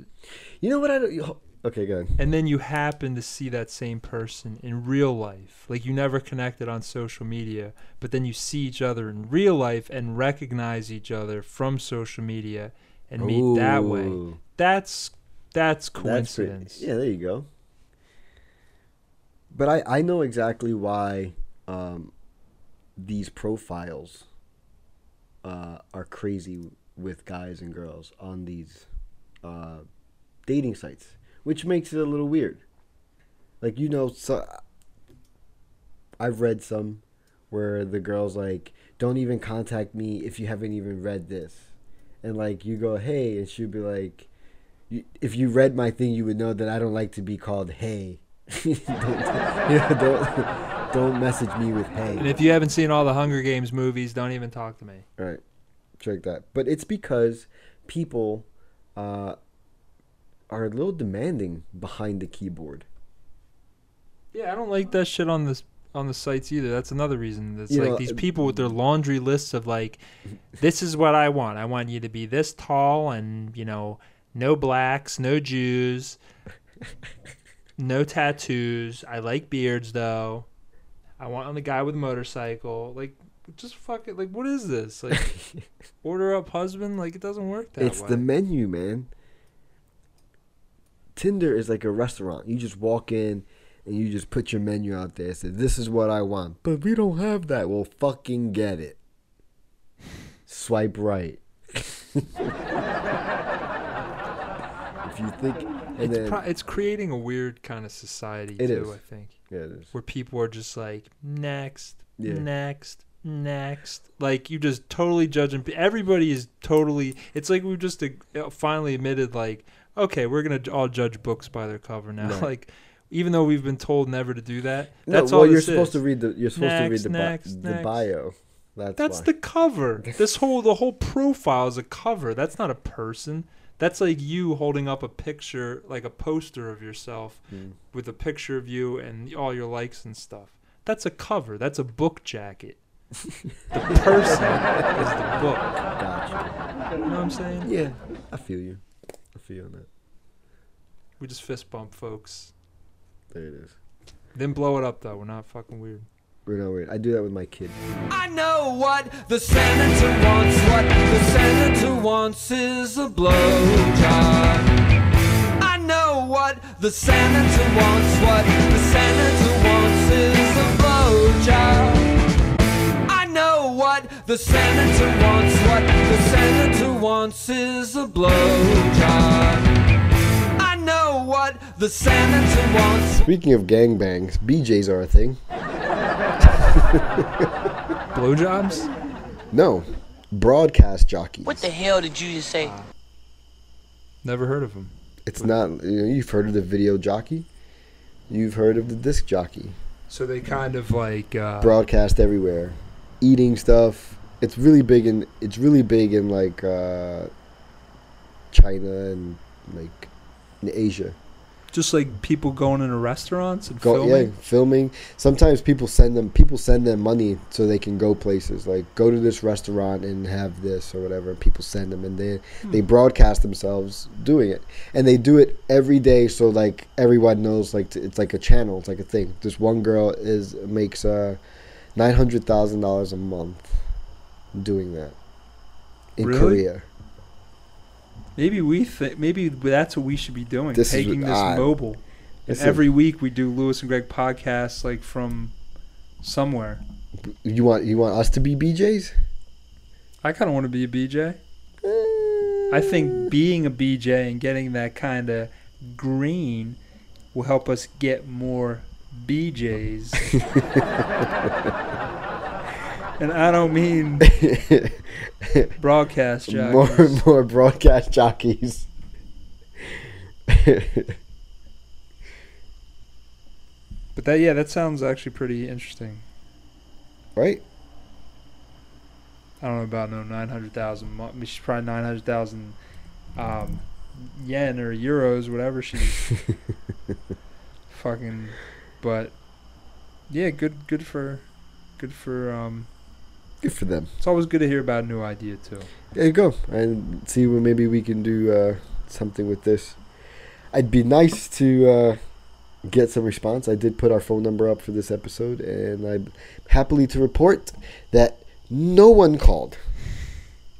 You know what I don't. Okay, go ahead. And then you happen to see that same person in real life. Like you never connected on social media, but then you see each other in real life and recognize each other from social media and meet that way. Ooh. That's that's That's pretty- coincidence. yeah, there you go. But I, I know exactly why um, these profiles uh, are crazy with guys and girls on these uh, dating sites, which makes it a little weird. Like you know, so I've read some where the girls like don't even contact me if you haven't even read this, and like you go hey, and she'd be like, you, if you read my thing, you would know that I don't like to be called hey. don't, yeah, don't don't message me with hey. And if you haven't seen all the Hunger Games movies, don't even talk to me. Right. Check that. But it's because people uh, are a little demanding behind the keyboard. Yeah, I don't like that shit on this on the sites either. That's another reason. It's You like know, uh, these it- people with their laundry lists of like, this is what I want. I want you to be this tall and you know, no blacks, no Jews, no tattoos. I like beards though. I want the guy with a motorcycle. Like, just fuck it. Like, what is this? Like, order up husband. Like, it doesn't work that it's way. the menu, man. Tinder is like a restaurant. You just walk in and you just put your menu out there. Say, this is what I want. But we don't have that. Well, fucking get it. Swipe right. if you think. And it's, then, pro- it's creating a weird kind of society It too. is. I think. Yeah, it is. Where people are just like next, Yeah. next, next. Like you just totally judging. pe- Everybody is totally. It's like we've just ag- uh, finally admitted like, okay, we're gonna j- all judge books by their cover now. Right. Like. Even though we've been told never to do that, No, that's well, all you're this is. supposed to read the you're supposed to read Next, the, bi- next, the next. bio. That's That's why. the cover. This whole the whole profile is a cover. That's not a person. That's like you holding up a picture, like a poster of yourself, Mm. with a picture of you and all your likes and stuff. That's a cover. That's a book jacket. the person is the book. Gotcha. You know what I'm saying? Yeah, I feel you. I feel you on that. We just fist bump, folks. There it is. Then blow it up though. We're not fucking weird. We're not weird. I do that with my kid. I know what the senator wants. What the senator wants is a blowjob. I know what the senator wants. What the senator wants is a blowjob. I know what the senator wants. What the senator wants is a blowjob. I know what the senator wants. Speaking of gangbangs, BJ's are a thing. Blowjobs? No, broadcast jockey. What the hell did you just say? Never heard of him. It's not. You know, you've heard of the video jockey. You've heard of the disc jockey. So they kind of like uh, broadcast everywhere, eating stuff. It's really big in it's really big in like uh, China and like in Asia. Just like people going into restaurants and Go, filming. Yeah, filming. Sometimes people send them people send them money so they can go places like go to this restaurant and have this or whatever. People send them and they they Hmm. broadcast themselves doing it and they do it every day so like everyone knows like t- it's like a channel. It's like a thing. This one girl is makes uh nine hundred thousand dollars a month doing that in Really? Korea. Maybe we think maybe that's what we should be doing. This is taking what this I- mobile, and this is- every week we do Lewis and Greg podcasts like from somewhere. You want you want us to be BJ's? I kind of want to be a BJ. I Eh. think being a BJ and getting that kind of green will help us get more BJs. and I don't mean broadcast jockeys. More and more broadcast jockeys. But that yeah, that sounds actually pretty interesting. Right? I don't know about no nine hundred thousand. mo- I mean, she's probably nine hundred thousand um, yen or euros, whatever she's fucking. But yeah, good good for good for. Um, Good for them. it's always good to hear about a new idea too. There you go. And see what maybe we can do uh, something with this. I'd be nice to uh, get some response. I did put our phone number up for this episode, and I'm happily to report that no one called.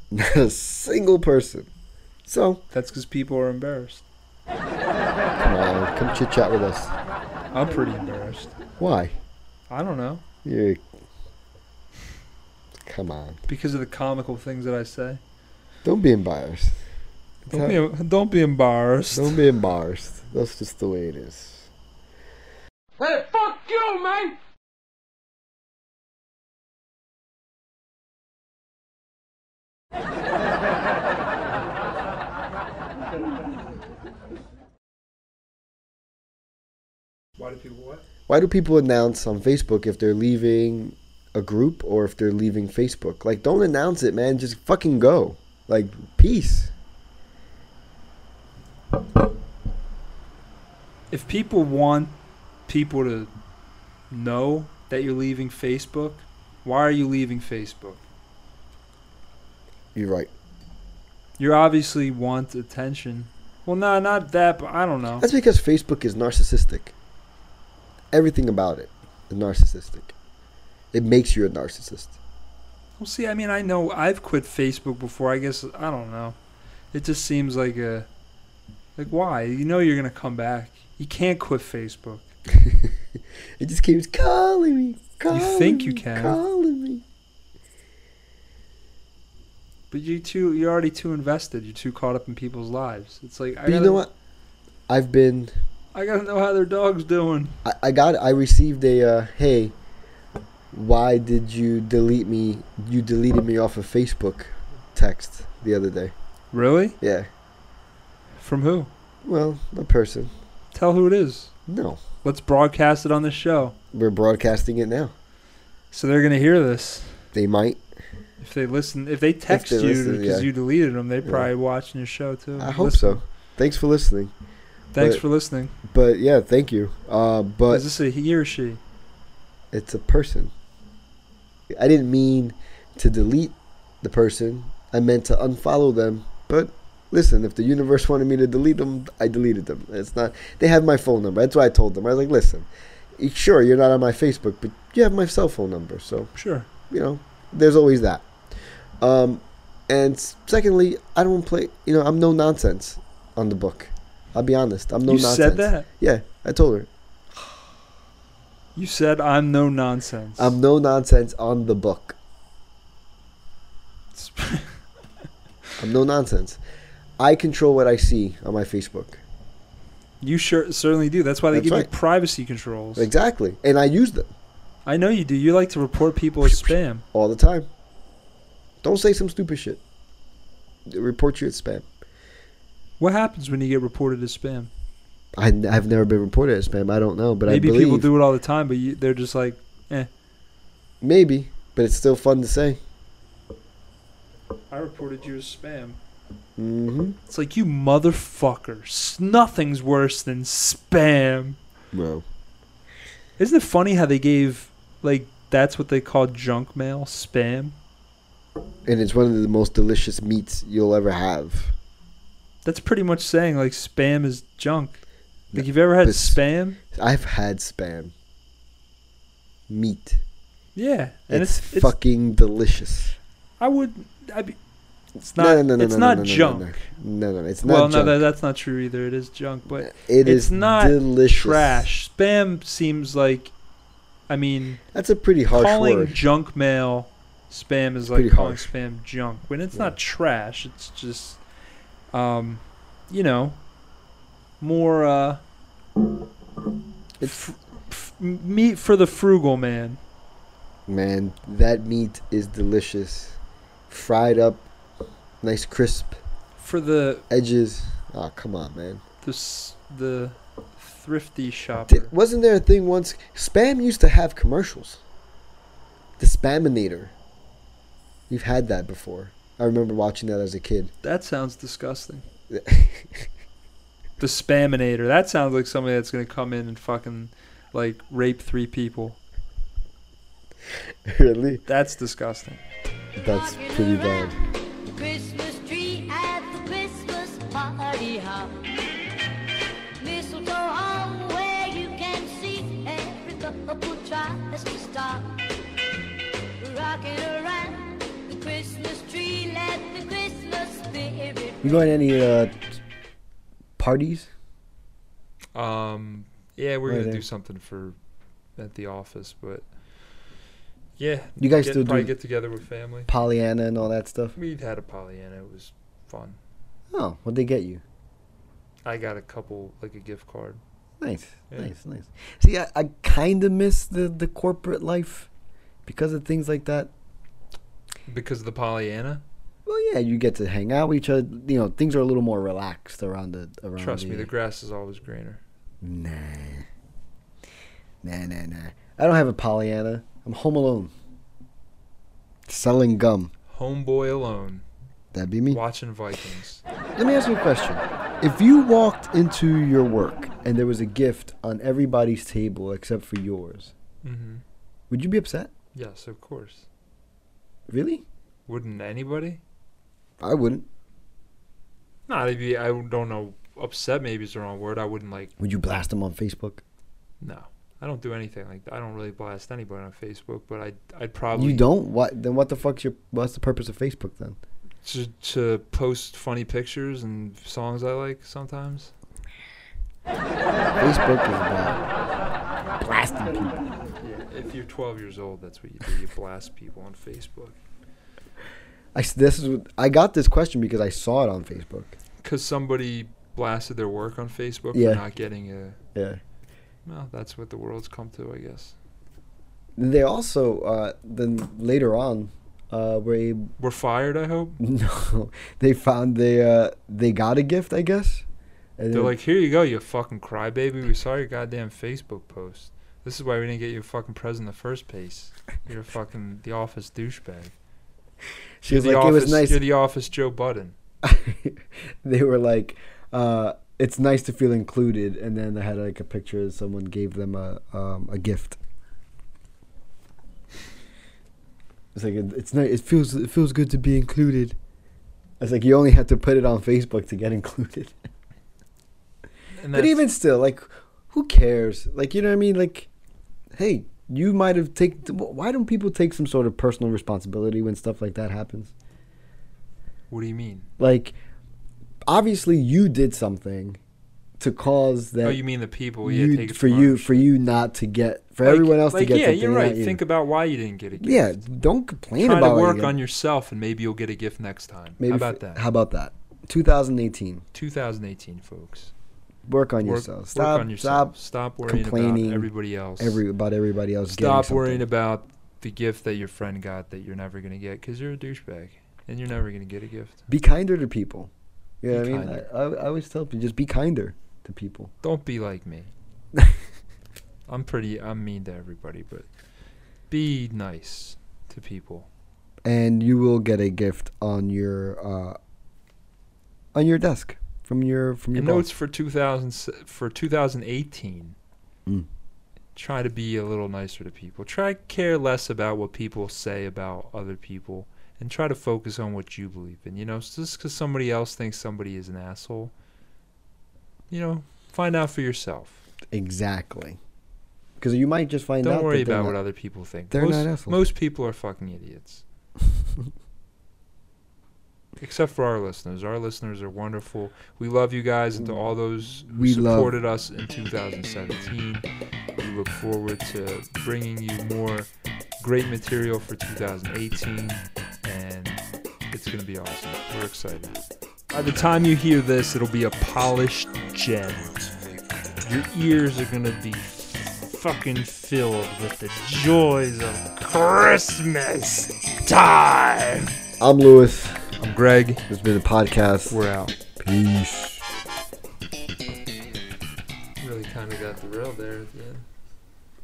Not a single person. So That's because people are embarrassed. come on, come chit chat with us. I'm pretty embarrassed. Why? I don't know You come on. because of the comical things that I say. Don't be embarrassed. Don't be don't be embarrassed. Don't be embarrassed. That's just the way it is. Hey, fuck you, man! Why do people what? Why do people announce on Facebook if they're leaving a group or if they're leaving Facebook? Like, don't announce it, man. Just fucking go. Like, peace. if people want people to know that you're leaving Facebook, why are you leaving Facebook? You're right. You obviously want attention. Well, no, not that, but I don't know. That's because Facebook is narcissistic. Everything about it is narcissistic. It makes you a narcissist. Well, see, I mean, I know I've quit Facebook before. I guess I don't know. It just seems like a like why? You know you're gonna come back. You can't quit Facebook. It just keeps calling me. Calling you think you me, can, Calling me. but you too. You're already too invested. You're too caught up in people's lives. It's like I But you gotta, know what? I've been. I gotta know how their dog's doing. I, I got. I received a uh, hey. Why did you delete me? You deleted me off of Facebook text the other day. Really? Yeah. From who? Well, a person. Tell who it is. No. Let's broadcast it on the show. We're broadcasting it now. So they're gonna hear this They might. if they listen. If they text they you because listen, yeah. you deleted them, they're Yeah. probably watching your show too. I hope Listen. so. Thanks for listening. Thanks But- for listening. But yeah, thank you. Uh, but is this a he or she? it's a person. I didn't mean to delete the person. I meant to unfollow them. But listen, if the universe wanted me to delete them, I deleted them. It's not. They have my phone number. That's why I told them. I was like, listen, y- sure, you're not on my Facebook, but you have my cell phone number. So Sure. you know, there's always that. Um, and s- secondly, I don't play. You know, I'm no nonsense on the book. I'll be honest. I'm no You nonsense. said that? Yeah, I told her. You said I'm no nonsense. I'm no nonsense on the book. I'm no nonsense. I control what I see on my Facebook. you sure certainly do. That's why they That's give right. you privacy controls. Exactly. And I use them I know you do. You like to report people as spam. all the time. Don't say some stupid shit. They report you as spam. What happens when you get reported as spam? I, have never been reported as spam. I don't know, but Maybe I believe. people do it all the time, but you, they're just like, eh. Maybe, but it's still fun to say. I reported you as spam. Mm-hmm. It's like you motherfuckers. Nothing's worse than spam. Bro. Isn't it funny how they gave like that's what they call junk mail spam? And it's one of the most delicious meats you'll ever have. That's pretty much saying like spam is junk. Like you've ever had But s- spam? I've had spam. Meat. Yeah, and it's, it's, it's, fucking delicious. I would. I be, it's not. it's not junk. No, no, no, it's not well, no, junk. that, that's not true either. It is junk, but It it's is not delicious. trash. Spam seems like, I mean, That's a pretty harsh calling word. junk mail spam is pretty like calling harsh. spam junk when it's not trash. It's just, um, you know, more uh, it's meat for the frugal man. Man, that meat is delicious. Fried up, nice crisp For the edges. Oh, come on, man. the s- the thrifty shopper. Di- wasn't there a thing once? Spam used to have commercials. The Spaminator. You've had that before. I remember watching that as a kid. That sounds disgusting. the spaminator. That sounds like somebody that's gonna come in and fucking like rape three people. really? That's disgusting. That's pretty bad. Christmas tree at the Christmas party hop. Mistletoe hung where you can see every couple tries to stop. Rocking around the Christmas tree, let the Christmas spirit. You going to any uh, parties? Um, yeah, we're Right gonna there. do something for at the office, but yeah, You guys get, still do probably get together with family. Pollyanna and all that stuff? we had a Pollyanna. It was fun. Oh, what'd they get you? I got a couple like a gift card. Nice, Yeah. nice, nice. See, I, I kind of miss the, the corporate life because of things like that. Because of the Pollyanna? Well, yeah, you get to hang out with each other. You know, things are a little more relaxed around the around. Trust the, me, the grass is always greener. Nah. Nah, nah, nah. I don't have a Pollyanna. I'm home alone. Selling gum. Homeboy alone, That'd be me. watching Vikings. Let me ask you a question. If you walked into your work and there was a gift on everybody's table except for yours, Mm-hmm. would you be upset? Yes, of course. Really? Wouldn't anybody? I wouldn't. Nah, they'd be. I don't know. Upset maybe is the wrong word. I wouldn't like. Would you blast them on Facebook? No, I don't do anything like that. I don't really blast anybody on Facebook, but I I'd probably You don't. What? Then what the fuck's your? What's the purpose of Facebook then? to to post funny pictures and songs I like sometimes. Facebook is about blasting people. Yeah, if you're 12 years old, that's what you do. You blast people on Facebook I s- this is what- I got this question because I saw it on Facebook. because somebody blasted their work on Facebook Yeah. for not getting a. Yeah. Well, that's what the world's come to, I guess. They also uh, then later on uh, were able, We're fired. I hope no they found they uh, they got a gift I guess. And they're then- like, "Here you go, you fucking crybaby. We saw your goddamn Facebook post. This is why we didn't get you a fucking present in the first place. You're a fucking the office douchebag." she You're was the like it was office- nice. You're the office Joe Budden. they were like, uh, it's nice to feel included. And then they had like a picture of someone gave them a um, a gift. It's like it- it's nice. It feels it feels good to be included. It's like you only have to put it on Facebook to get included. And but that's- even still, like, who cares? Like, you know what I mean? Like, hey, you might have taken. Why don't people take some sort of personal responsibility when stuff like that happens? What do you mean? Like, obviously, you did something to cause that. oh, you mean the people? you- yeah, take it for from you others. for you not to get for Like- everyone else like, to get yeah, something. you're and not right. you. Think about why you didn't get a gift. yeah, don't complain Try about to what you work get. on yourself, and maybe you'll get a gift next time. Maybe how for- about that? How about that? 2018. 2018, folks. Work on Work- yourself. work Stop. on yourself. Stop. Stop worrying about complaining everybody else. Every about everybody else. getting Stop something. worrying about the gift that your friend got that you're never gonna get because you're a douchebag and you're never gonna get a gift. Be kinder to people. You know Be what I mean? kinder. I, I, I always tell people just be kinder to people. Don't be like me. I'm pretty. I'm mean to everybody, but be nice to people. and you will get a gift on your uh, on your desk from your from your And boss. notes for 2000 for 2018. Mm. Try to be a little nicer to people. Try to care less about what people say about other people and try to focus on what you believe in. You know, so just because somebody else thinks somebody is an asshole, you know, find out for yourself. Exactly. Because you might just find out. Don't that worry they're about not- what other people think. They're most, not assholes. most people are fucking idiots. Except for our listeners. Our listeners are wonderful. We love you guys and to all those who We love- supported us in 2017. We look forward to bringing you more great material for 2018. And it's going to be awesome. We're excited. By the time you hear this, it'll be a polished gem. Your ears are going to be fucking filled with the joys of Christmas time. I'm Lewis. I'm Greg. This has been the podcast. We're out. Peace. Really kind of got derailed there at the end.